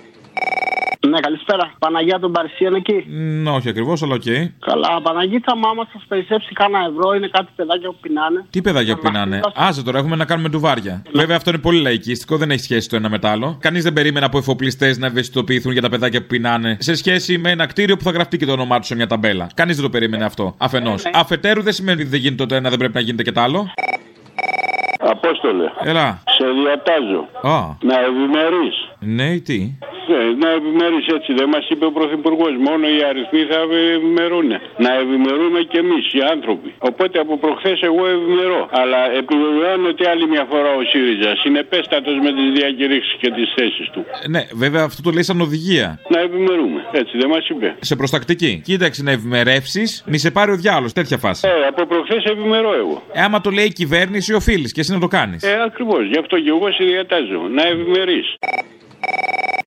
[SPEAKER 7] Ναι, καλησπέρα. Παναγία των Παρισίων εκεί.
[SPEAKER 2] Μ, όχι ακριβώς, αλλά οκ.
[SPEAKER 7] Καλά, Παναγίτα, μάμα σας περισσέψει κάνα ευρώ. Είναι κάτι παιδάκια που πεινάνε.
[SPEAKER 2] Τι παιδάκια που πεινάνε. Άσε τώρα, έχουμε να κάνουμε ντουβάρια.
[SPEAKER 27] Ναι.
[SPEAKER 2] Βέβαια, αυτό είναι πολύ λαϊκίστικο, δεν έχει σχέση το ένα με το άλλο. Κανείς δεν περίμενε από εφοπλιστές να ευαισθητοποιηθούν για τα παιδάκια που πεινάνε σε σχέση με ένα κτίριο που θα γραφτεί και το όνομά τους σε μια ταμπέλα. Κανείς δεν το περίμενε αυτό. Αφενό.
[SPEAKER 27] Ε, ναι.
[SPEAKER 2] Αφετέρου δεν σημαίνει ότι δεν γίνεται το ένα, δεν πρέπει να γίνεται και το άλλο.
[SPEAKER 27] Απόστολε.
[SPEAKER 2] Έλα.
[SPEAKER 27] Σε διατάζω.
[SPEAKER 2] Α,
[SPEAKER 27] Να ευημερείς.
[SPEAKER 2] ναι, ή τι.
[SPEAKER 27] Ναι, να ευημερείς έτσι. Δεν μας είπε ο Πρωθυπουργός. Μόνο οι αριθμοί θα ευημερούν. Να ευημερούμε κι εμείς οι άνθρωποι. Οπότε από προχθές εγώ ευημερώ. Αλλά επιβεβαιώνω ότι άλλη μια φορά ο ΣΥΡΙΖΑ συνεπέστατος με τις διακηρύξεις και τις θέσεις του.
[SPEAKER 2] Ναι, βέβαια αυτό το λέει σαν οδηγία.
[SPEAKER 27] Να ευημερούμε. Έτσι δεν μας είπε.
[SPEAKER 2] Σε προστακτική. Κοίταξε να ευημερεύσεις, μη σε πάρει ο διάλογο. Τέτοια φάση.
[SPEAKER 27] Ε, από προχθές ευημερώ εγώ.
[SPEAKER 2] Ε, άμα το λέει η κυβέρνηση, οφείλεις και εσύ να το κάνεις.
[SPEAKER 27] Ε, ακριβώς. Γι' αυτό και εγώ σε διατάζω. Να ευημερείς.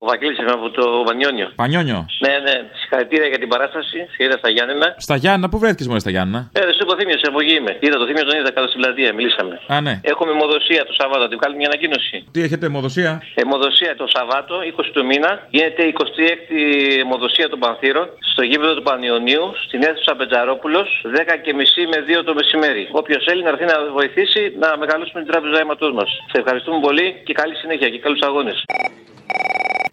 [SPEAKER 28] Ο Βαγγέλης είμαι από το Βανιόνιο.
[SPEAKER 2] Πανιόνιο.
[SPEAKER 28] Ναι, ναι, συγχαρητήρια για την παράσταση. Συγχαρητήρια στα Γιάννενα.
[SPEAKER 2] Στα Γιάννα, πού βρέθηκες μόνο στα Γιάννα.
[SPEAKER 28] Ε, δεν σου είπα θύμιο, σε ευλογή είμαι. Είδα το θύμιο, τον είδα κάτω στην πλατεία, μιλήσαμε.
[SPEAKER 2] Α, ναι.
[SPEAKER 28] Έχω μεμοδοσία το Σαββάτο, την βγάλει μια ανακοίνωση.
[SPEAKER 2] Τι έχετε αιμοδοσία.
[SPEAKER 28] Εμοδοσία το Σαββάτο, 20 του μήνα, γίνεται η 26η εμοδοσία των Πανθύρων στο γήπεδο του Πανιωνίου, στην αίθουσα Μπετζαρόπουλο, 10.30 με 2 το μεσημέρι. Όποιος θέλει να έρθει να βοηθήσει να μεγαλώσουμε την τράπεζα αίματός μας. Σε ευχαριστούμε πολύ και καλή συνέχεια και καλούς αγώνες.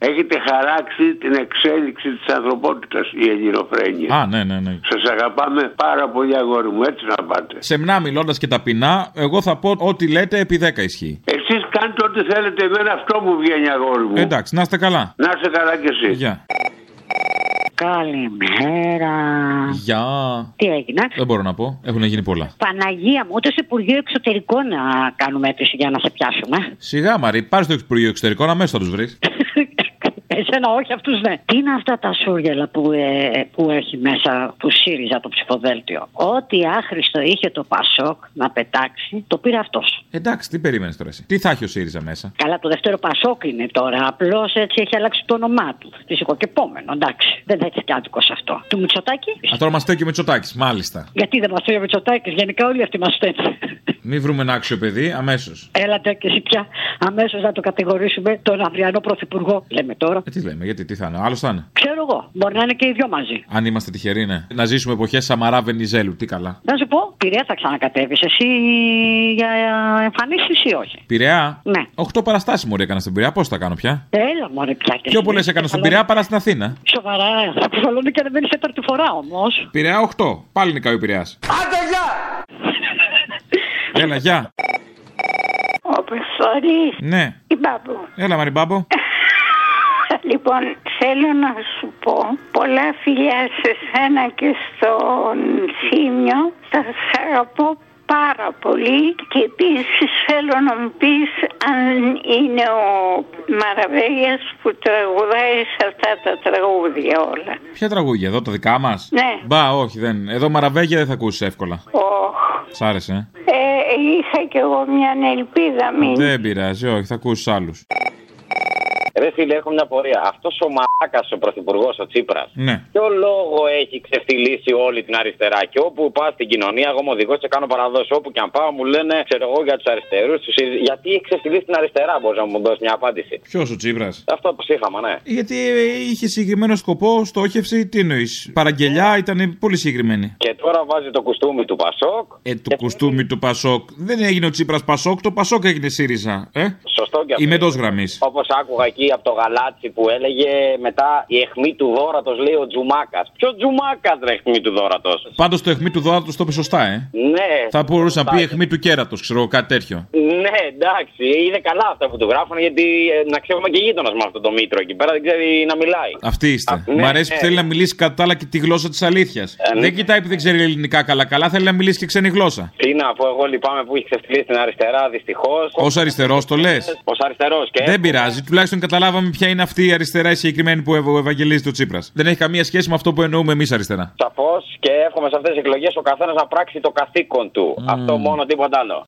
[SPEAKER 29] Έχετε χαράξει την εξέλιξη της ανθρωπότητας η ελληνοφρένεια.
[SPEAKER 2] Α, ναι, ναι, ναι.
[SPEAKER 29] Σας αγαπάμε πάρα πολύ αγόρι μου, έτσι να πάτε.
[SPEAKER 2] Σεμνά μιλώντας και ταπεινά, εγώ θα πω ό,τι λέτε επί 10 ισχύει.
[SPEAKER 29] Εσείς κάντε ό,τι θέλετε, εμένα αυτό μου βγαίνει αγόρι μου.
[SPEAKER 2] Εντάξει, να είστε καλά.
[SPEAKER 29] Να είστε καλά κι εσείς.
[SPEAKER 2] Γεια.
[SPEAKER 30] Καλημέρα.
[SPEAKER 2] Γεια.
[SPEAKER 30] Τι έγινε.
[SPEAKER 2] Δεν μπορώ να πω. Έχουν γίνει πολλά.
[SPEAKER 30] Παναγία μου, ούτε στο Υπουργείο Εξωτερικών να κάνουμε αίτηση για να σε πιάσουμε.
[SPEAKER 2] Σιγά, Μαρή, πάρει στο Υπουργείο Εξωτερικών, αμέσως θα τους βρεις.
[SPEAKER 30] Εσένα όχι, αυτούς ναι. Τι είναι αυτά τα σούργελα που, ε, που έχει μέσα του ΣΥΡΙΖΑ το ψηφοδέλτιο. Ό,τι άχρηστο είχε το ΠΑΣΟΚ να πετάξει, το πήρε αυτός.
[SPEAKER 2] Εντάξει, τι περίμενε τώρα εσύ. Τι θα έχει ο ΣΥΡΙΖΑ μέσα.
[SPEAKER 30] Καλά, το δεύτερο Πασόκ είναι τώρα. Απλώς έτσι έχει αλλάξει το όνομά του. Φυσικοκεπόμενο, εντάξει. Δεν θα έχεις κάτι σε αυτό. Του Μητσοτάκη.
[SPEAKER 2] Α, τώρα μας στέκει ο Μητσοτάκης, μάλιστα.
[SPEAKER 30] Γιατί δεν μας θέλει ο Μητσοτάκης, γενικά όλοι αυτοί μας θέλουν.
[SPEAKER 2] Μη βρούμε ένα άξιο παιδί, αμέσως.
[SPEAKER 30] Έλατε και εσύ πια αμέσως να το κατηγορήσουμε τον αυριανό πρωθυπουργό. Λέμε τώρα.
[SPEAKER 2] Ε, τι λέμε, γιατί τι θα είναι, άλλος θα είναι.
[SPEAKER 30] Ξέρω εγώ, μπορεί να είναι και οι δυο μαζί.
[SPEAKER 2] Αν είμαστε τυχεροί, ναι. Να ζήσουμε εποχές Σαμαρά Βενιζέλου, τι καλά.
[SPEAKER 30] Να σου πω, πειραία θα ξανακατέβεις εσύ για εμφανίσεις ή όχι.
[SPEAKER 2] Πειραιά.
[SPEAKER 30] Ναι.
[SPEAKER 2] 8 παραστάσει μωρέ έκανα στην Πειραιά, πώς τα κάνω πια.
[SPEAKER 30] Έλα μωρέ πια και
[SPEAKER 2] Πιο
[SPEAKER 30] εσύ.
[SPEAKER 2] πολλές έκανα στην Πειραιά παρά στην Αθήνα.
[SPEAKER 30] Σοβαρά, θα κουβαλώνει και να μπαίνει τέταρτη φορά όμως.
[SPEAKER 2] Πειραιά 8. Πάλι νικάει ο Πειραιάς. Έλα, γεια.
[SPEAKER 17] Ο Πεσόρης,
[SPEAKER 2] Ναι.
[SPEAKER 17] η μπαμπού.
[SPEAKER 2] Έλα, Μαριμπάμπο.
[SPEAKER 17] Λοιπόν, θέλω να σου πω πολλά φιλιά σε σένα και στον Θήμιο. Θα σ' αγαπώ πάρα πολύ και επίσης θέλω να μου πεις αν είναι ο Μαραβέγιας που τραγουδάει σε αυτά τα τραγούδια όλα.
[SPEAKER 2] Ποια τραγούδια, εδώ τα δικά μας.
[SPEAKER 17] Ναι.
[SPEAKER 2] Μπα, όχι, δεν. Εδώ μαραβέγια δεν θα ακούσεις εύκολα.
[SPEAKER 17] Ω,
[SPEAKER 2] Σ' άρεσε. ε?
[SPEAKER 17] ε, είχα κι εγώ μια ελπίδα μην.
[SPEAKER 2] Δεν πειράζει, όχι, θα ακούσει άλλους.
[SPEAKER 14] Ρε φίλε, έχω μια πορεία. Αυτός ο μαλάκας ο πρωθυπουργός, ο Τσίπρας,
[SPEAKER 2] Ναι.
[SPEAKER 14] ποιο λόγο έχει ξεφτυλίσει όλη την αριστερά. Και όπου πα στην κοινωνία, εγώ είμαι οδηγός και κάνω παραδόση. Όπου και αν πάω, μου λένε, ξέρω εγώ για τους αριστερούς, τους Γιατί έχει ξεφτυλίσει την αριστερά, μπορείς να μου δώσεις μια απάντηση.
[SPEAKER 2] Ποιος ο Τσίπρας.
[SPEAKER 14] Αυτό που είχαμε, ναι.
[SPEAKER 2] Γιατί ε, είχε συγκεκριμένο σκοπό, στόχευση, τι εννοείς. Παραγγελιά ήταν πολύ συγκεκριμένη.
[SPEAKER 14] Και τώρα βάζει το κουστούμι του Πασόκ.
[SPEAKER 2] Ε, το κουστούμι του Πασόκ. Δεν έγινε ο Τσίπρας Πασόκ, το Πασόκ έγινε ΣΥΡΙΖΑ. Ε?
[SPEAKER 14] Σωστό και αυτό.
[SPEAKER 2] Είμαι εντός γραμμής.
[SPEAKER 14] Όπως άκουγα εκεί εκεί από το γαλάτσι που έλεγε μετά η αιχμή του δόρατος, λέει ο Τζουμάκας. Ποιο Τζουμάκας ρε αιχμή του δόρατος.
[SPEAKER 2] Πάντως το αιχμή του δόρατος το είπε σωστά, ε.
[SPEAKER 14] Ναι.
[SPEAKER 2] Θα μπορούσε να πει
[SPEAKER 14] ε.
[SPEAKER 2] αιχμή του κέρατος, ξέρω εγώ, κάτι τέτοιο.
[SPEAKER 14] Ναι, εντάξει, είναι καλά αυτά που του γράφουν γιατί ε, να ξέρουμε και γείτονας με αυτό το Μήτρο εκεί πέρα δεν ξέρει να μιλάει.
[SPEAKER 2] Αυτή είστε.
[SPEAKER 14] ναι,
[SPEAKER 2] Μ' αρέσει
[SPEAKER 14] ναι.
[SPEAKER 2] που θέλει να μιλήσει κατά τα άλλα και τη γλώσσα της αλήθειας.
[SPEAKER 14] Ε, ναι.
[SPEAKER 2] Δεν κοιτάει που δεν ξέρει ελληνικά καλά-καλά, θέλει να μιλήσει και ξένη γλώσσα.
[SPEAKER 14] Τι να πω, εγώ λυπάμαι που έχει ξεφτυλίσει την αριστερά, δυστυχώς.
[SPEAKER 2] Ως αριστερός το λες.
[SPEAKER 14] Ως αριστερός και.
[SPEAKER 2] Δεν πειράζει, τουλάχιστον καταλάβαμε ποια είναι αυτή η αριστερά η συγκεκριμένη που ευ- ευαγγελίζει το Τσίπρας. Δεν έχει καμία σχέση με αυτό που εννοούμε εμείς αριστερά.
[SPEAKER 14] Σαφώς και εύχομαι σε αυτές τις εκλογές ο καθένας να πράξει το καθήκον του.
[SPEAKER 2] Μμμ.
[SPEAKER 14] Αυτό μόνο, τίποτα άλλο.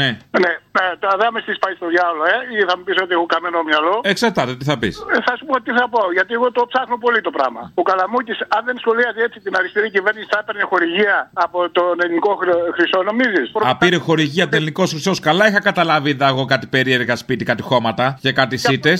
[SPEAKER 2] Ναι.
[SPEAKER 16] Ναι, ναι, τώρα δεν με στήσει πάει στο διάλογο, ε, ή θα μου πεις ότι έχω καμένο μυαλό.
[SPEAKER 2] Εξαρτάται τι θα πεις.
[SPEAKER 16] Ε, Θα σου πω τι θα πω, γιατί εγώ το ψάχνω πολύ το πράγμα. Ο Καλαμούκης, αν δεν σχολίαζε έτσι την αριστερή κυβέρνηση, θα έπαιρνε χορηγία από τον ελληνικό χρυ- χρυσό, νομίζεις.
[SPEAKER 2] Απήρε χορηγία από ελληνικό χρυσός. Καλά είχα καταλάβει, είδα εγώ κάτι περίεργα σπίτι, κάτι χώματα και κάτι σίτε.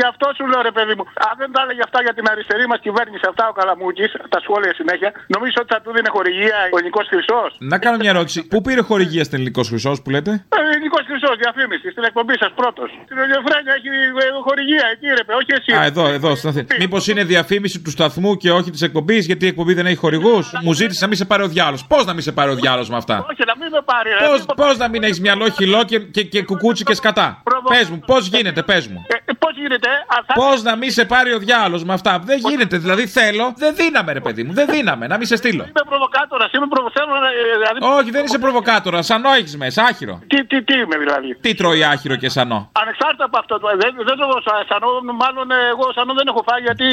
[SPEAKER 16] Γι' αυτό σου λέω, ρε παιδί μου, αν δεν τα έλεγε αυτά για την αριστερή μας κυβέρνηση, αυτά ο Καλαμούκης, τα σχόλια συνέχεια, νομίζω ότι θα του δίνει χορηγία ο ελληνικός χρυσός.
[SPEAKER 2] Να κάνω μια ερώτηση. Πού πήρε χορηγία στην ελληνικός χρυσός που λέτε.
[SPEAKER 16] Ελληνικό χρυσός, διαφήμιση, στην εκπομπή σας πρώτος. Στην Ελληνοφρένια έχει ε, χορηγία, εκεί ρε, παιδί, όχι εσύ.
[SPEAKER 2] Α, εδώ, εδώ, στην Αθήνα. Μήπως είναι διαφήμιση του σταθμού και όχι της εκπομπής, γιατί η εκπομπή δεν έχει χορηγούς. Μου ζήτησε να μην σε πάρει ο διάλογο. Πώς να μην σε πάρει ο διάλογο με αυτά.
[SPEAKER 16] Ναι, Όχι, να μην με πάρει, ρε.
[SPEAKER 2] Πώς να μην έχεις μυαλό, χυλό και, και, και κουκούτσι και σκατά. Πες μου, πώς γίνεται, πες μου.
[SPEAKER 16] Πώ Ε, γίνεται,
[SPEAKER 2] Πώς να μην σε πάρει ο διάλογο με αυτά. Δεν γίνεται, δηλαδή θέλω. Δεν δύναμε, ρε παιδί μου, δεν δύναμε να μην σε στείλω.
[SPEAKER 16] Είμαι προβοκάτορας, είμαι προβοκάτορα. Δηλαδή,
[SPEAKER 2] Όχι, δεν είσαι προβοκάτορας. Σανό έχει μέσα, άχυρο.
[SPEAKER 16] Τι, τι, τι είμαι δηλαδή.
[SPEAKER 2] Τι τρώει άχυρο και σανό.
[SPEAKER 16] ανεξάρτητα από αυτό, ε, δεν, δεν τρώω σα- σανό, μάλλον ε, εγώ σανό δεν έχω φάει γιατί ε,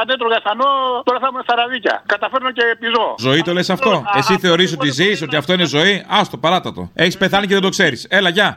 [SPEAKER 16] αν έτρωγα σανό τώρα θα ήμουν στα ραβίκια. Καταφέρνω και πιζώ.
[SPEAKER 2] Ζωή το λες αυτό. Εσύ θεωρείς ότι ζεις, ότι αυτό είναι ζωή. Άστο, παράτατο. Έχεις πεθάνει και δεν το ξέρεις. Έλα, γεια.